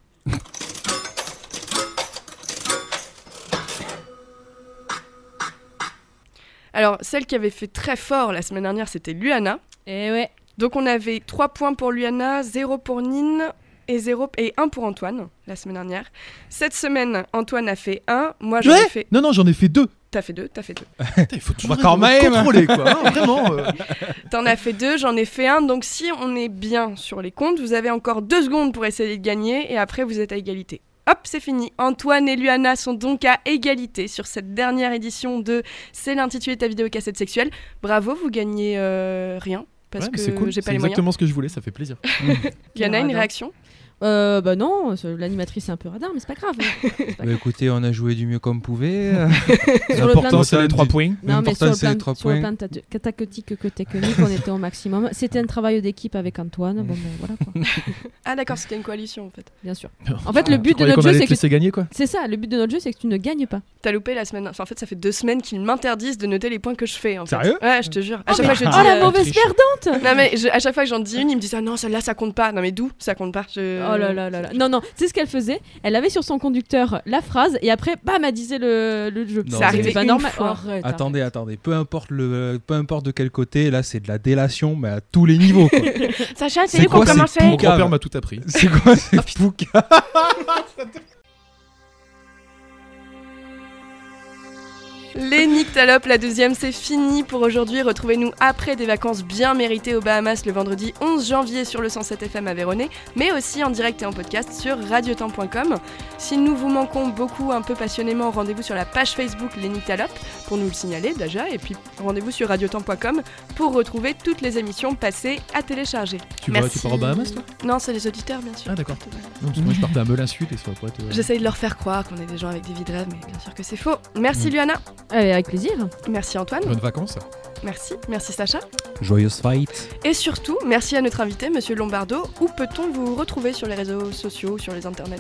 Speaker 1: Alors, celle qui avait fait très fort la semaine dernière, c'était Luana.
Speaker 3: Et Eh ouais.
Speaker 1: Donc on avait 3 points pour Luana, 0 pour Nine et 0 et 1 pour Antoine la semaine dernière. Cette semaine, Antoine a fait 1, moi j'en ai fait
Speaker 2: Non, non, j'en ai fait deux.
Speaker 1: t'as fait 2, t'as fait 2.
Speaker 2: Putain, il faut toujours
Speaker 4: Bah, quand
Speaker 2: me
Speaker 4: même.
Speaker 2: contrôler, quoi. hein, vraiment. euh.
Speaker 1: T'en as fait 2, j'en ai fait 1. Donc si on est bien sur les comptes, vous avez encore 2 secondes pour essayer de gagner et après vous êtes à égalité. Hop, c'est fini. Antoine et Luana sont donc à égalité sur cette dernière édition de C'est l'intitulé de ta vidéo cassette sexuelle. Bravo, vous gagnez euh, rien parce
Speaker 2: Ouais, mais
Speaker 1: que
Speaker 2: c'est cool,
Speaker 1: j'ai
Speaker 2: c'est
Speaker 1: pas les moyens.
Speaker 2: exactement ce que je voulais, ça fait plaisir.
Speaker 4: Bah,
Speaker 1: Luana, une
Speaker 3: Radin.
Speaker 1: réaction
Speaker 3: Euh, bah non, ce- l'animatrice est un peu radin, mais c'est pas grave. pas
Speaker 4: Bah, écoutez, on a joué du mieux comme pouvait.
Speaker 3: Sur le plan
Speaker 4: L'important,
Speaker 3: de-
Speaker 4: c'est les trois points.
Speaker 3: Non, mais sur
Speaker 4: L'important,
Speaker 3: le
Speaker 4: c'est les
Speaker 3: plan,
Speaker 4: trois
Speaker 3: sur le
Speaker 4: points.
Speaker 3: plan tata- cataceutique que technique, on était au maximum. C'était un travail d'équipe avec Antoine. Bon, ben, voilà quoi,
Speaker 1: Ah d'accord, c'était une coalition en fait.
Speaker 3: bien sûr.
Speaker 2: Non.
Speaker 3: En fait, le
Speaker 2: Tu
Speaker 3: but de
Speaker 2: croyais
Speaker 3: notre
Speaker 2: qu'on
Speaker 3: jeu,
Speaker 2: allait
Speaker 3: c'est
Speaker 2: te
Speaker 3: que.
Speaker 2: laisser gagner, quoi.
Speaker 3: C'est ça, le but de notre jeu, c'est que tu ne gagnes pas.
Speaker 1: T'as loupé la semaine. Enfin, en fait, ça fait deux semaines qu'ils m'interdisent de noter les points que je fais. En fait.
Speaker 4: Sérieux
Speaker 1: Ouais, je te jure. À
Speaker 3: Oh,
Speaker 1: chaque fois que je
Speaker 3: Oh
Speaker 4: Ah,
Speaker 1: dis.
Speaker 3: la
Speaker 1: euh,
Speaker 3: mauvaise
Speaker 2: triche.
Speaker 3: perdante
Speaker 1: Non, mais je- à chaque fois que j'en dis une, ils me disent Ah non, celle-là, ça compte pas. Non, mais d'où ça compte pas Je-
Speaker 3: Oh là là là là. Non, non, c'est ce qu'elle faisait. Elle avait sur son conducteur la phrase et après, bam, elle disait le, le jeu.
Speaker 4: Non,
Speaker 3: C'est
Speaker 4: C'est arrivé
Speaker 3: pas
Speaker 1: une
Speaker 3: normal.
Speaker 1: fois.
Speaker 3: Arrête,
Speaker 4: Attendez, attendez. Peu importe, le, peu importe de quel côté, là, c'est de la délation, mais à tous les niveaux. quoi.
Speaker 1: Sacha,
Speaker 4: C'est quoi ces
Speaker 2: Mon
Speaker 4: poucaves
Speaker 2: grand-père m'a tout appris.
Speaker 4: C'est quoi ces
Speaker 3: Ah,
Speaker 4: poucaves
Speaker 1: Les Nyctalopes, la deuxième, c'est fini pour aujourd'hui. Retrouvez-nous après des vacances bien méritées aux Bahamas le vendredi 11 janvier sur le 107 FM à Véronée, mais aussi en direct et en podcast sur radiotemps.com. Si nous vous manquons beaucoup, un peu passionnément, rendez-vous sur la page Facebook Les Nyctalopes pour nous le signaler déjà, et puis rendez-vous sur radiotemps.com pour retrouver toutes les émissions passées à télécharger.
Speaker 2: Tu, vas,
Speaker 1: Merci.
Speaker 2: tu pars aux Bahamas, toi
Speaker 1: Non, c'est les auditeurs, bien sûr.
Speaker 2: Ah, d'accord. Non, parce que moi, je partais à Melinsuit et soit après. toi-
Speaker 1: J'essaye de leur faire croire qu'on est des gens avec des vies de rêve, mais bien sûr que c'est faux. Merci
Speaker 2: Mm.
Speaker 1: Luana,
Speaker 3: attends. Allez, avec plaisir.
Speaker 1: merci Antoine,
Speaker 2: Bonnes vacances.
Speaker 1: merci, merci Sacha.
Speaker 4: Joyeuse fight.
Speaker 1: Et surtout, merci à notre invité, Monsieur Lombardo. Où peut-on vous retrouver sur les réseaux sociaux, sur les internets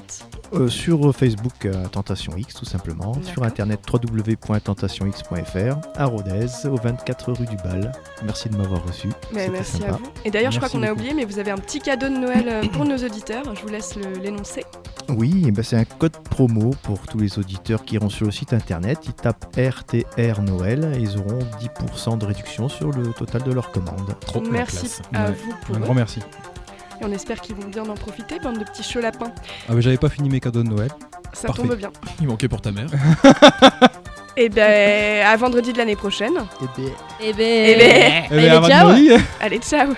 Speaker 5: Euh, sur Facebook, euh, Tentation X, tout simplement. Sur
Speaker 1: D'accord.
Speaker 5: internet, www.tentationx.fr, à Rodez, au 24 rue du Bal. Merci de m'avoir reçu.
Speaker 1: Mais
Speaker 5: C'était
Speaker 1: Ben, Merci à
Speaker 5: sympa.
Speaker 1: vous. Et d'ailleurs, je crois
Speaker 4: Merci
Speaker 1: qu'on a
Speaker 4: beaucoup.
Speaker 1: oublié, mais vous avez un petit cadeau de Noël euh, pour nos auditeurs. Je vous laisse le- l'énoncer.
Speaker 5: Oui, eh ben, c'est un code promo pour tous les auditeurs qui iront sur le site internet. Ils tapent RTR Noël et ils auront 10% de réduction sur le total de leur commande.
Speaker 2: Trop la
Speaker 1: Merci
Speaker 2: classe.
Speaker 1: à
Speaker 4: Ouais.
Speaker 1: vous pour
Speaker 4: Un
Speaker 1: eux.
Speaker 4: grand merci.
Speaker 1: Et on espère qu'ils vont bien en profiter, bande de petits chauds lapins.
Speaker 4: Ah mais j'avais pas fini mes cadeaux de Noël.
Speaker 1: Ça
Speaker 4: Parfait.
Speaker 1: tombe bien.
Speaker 2: Il manquait pour ta mère.
Speaker 1: Et ben, à vendredi de l'année prochaine.
Speaker 3: Eh ben,
Speaker 1: Eh ben.
Speaker 4: Eh ben, à
Speaker 3: Allez, ciao.
Speaker 4: vendredi.
Speaker 1: Allez, ciao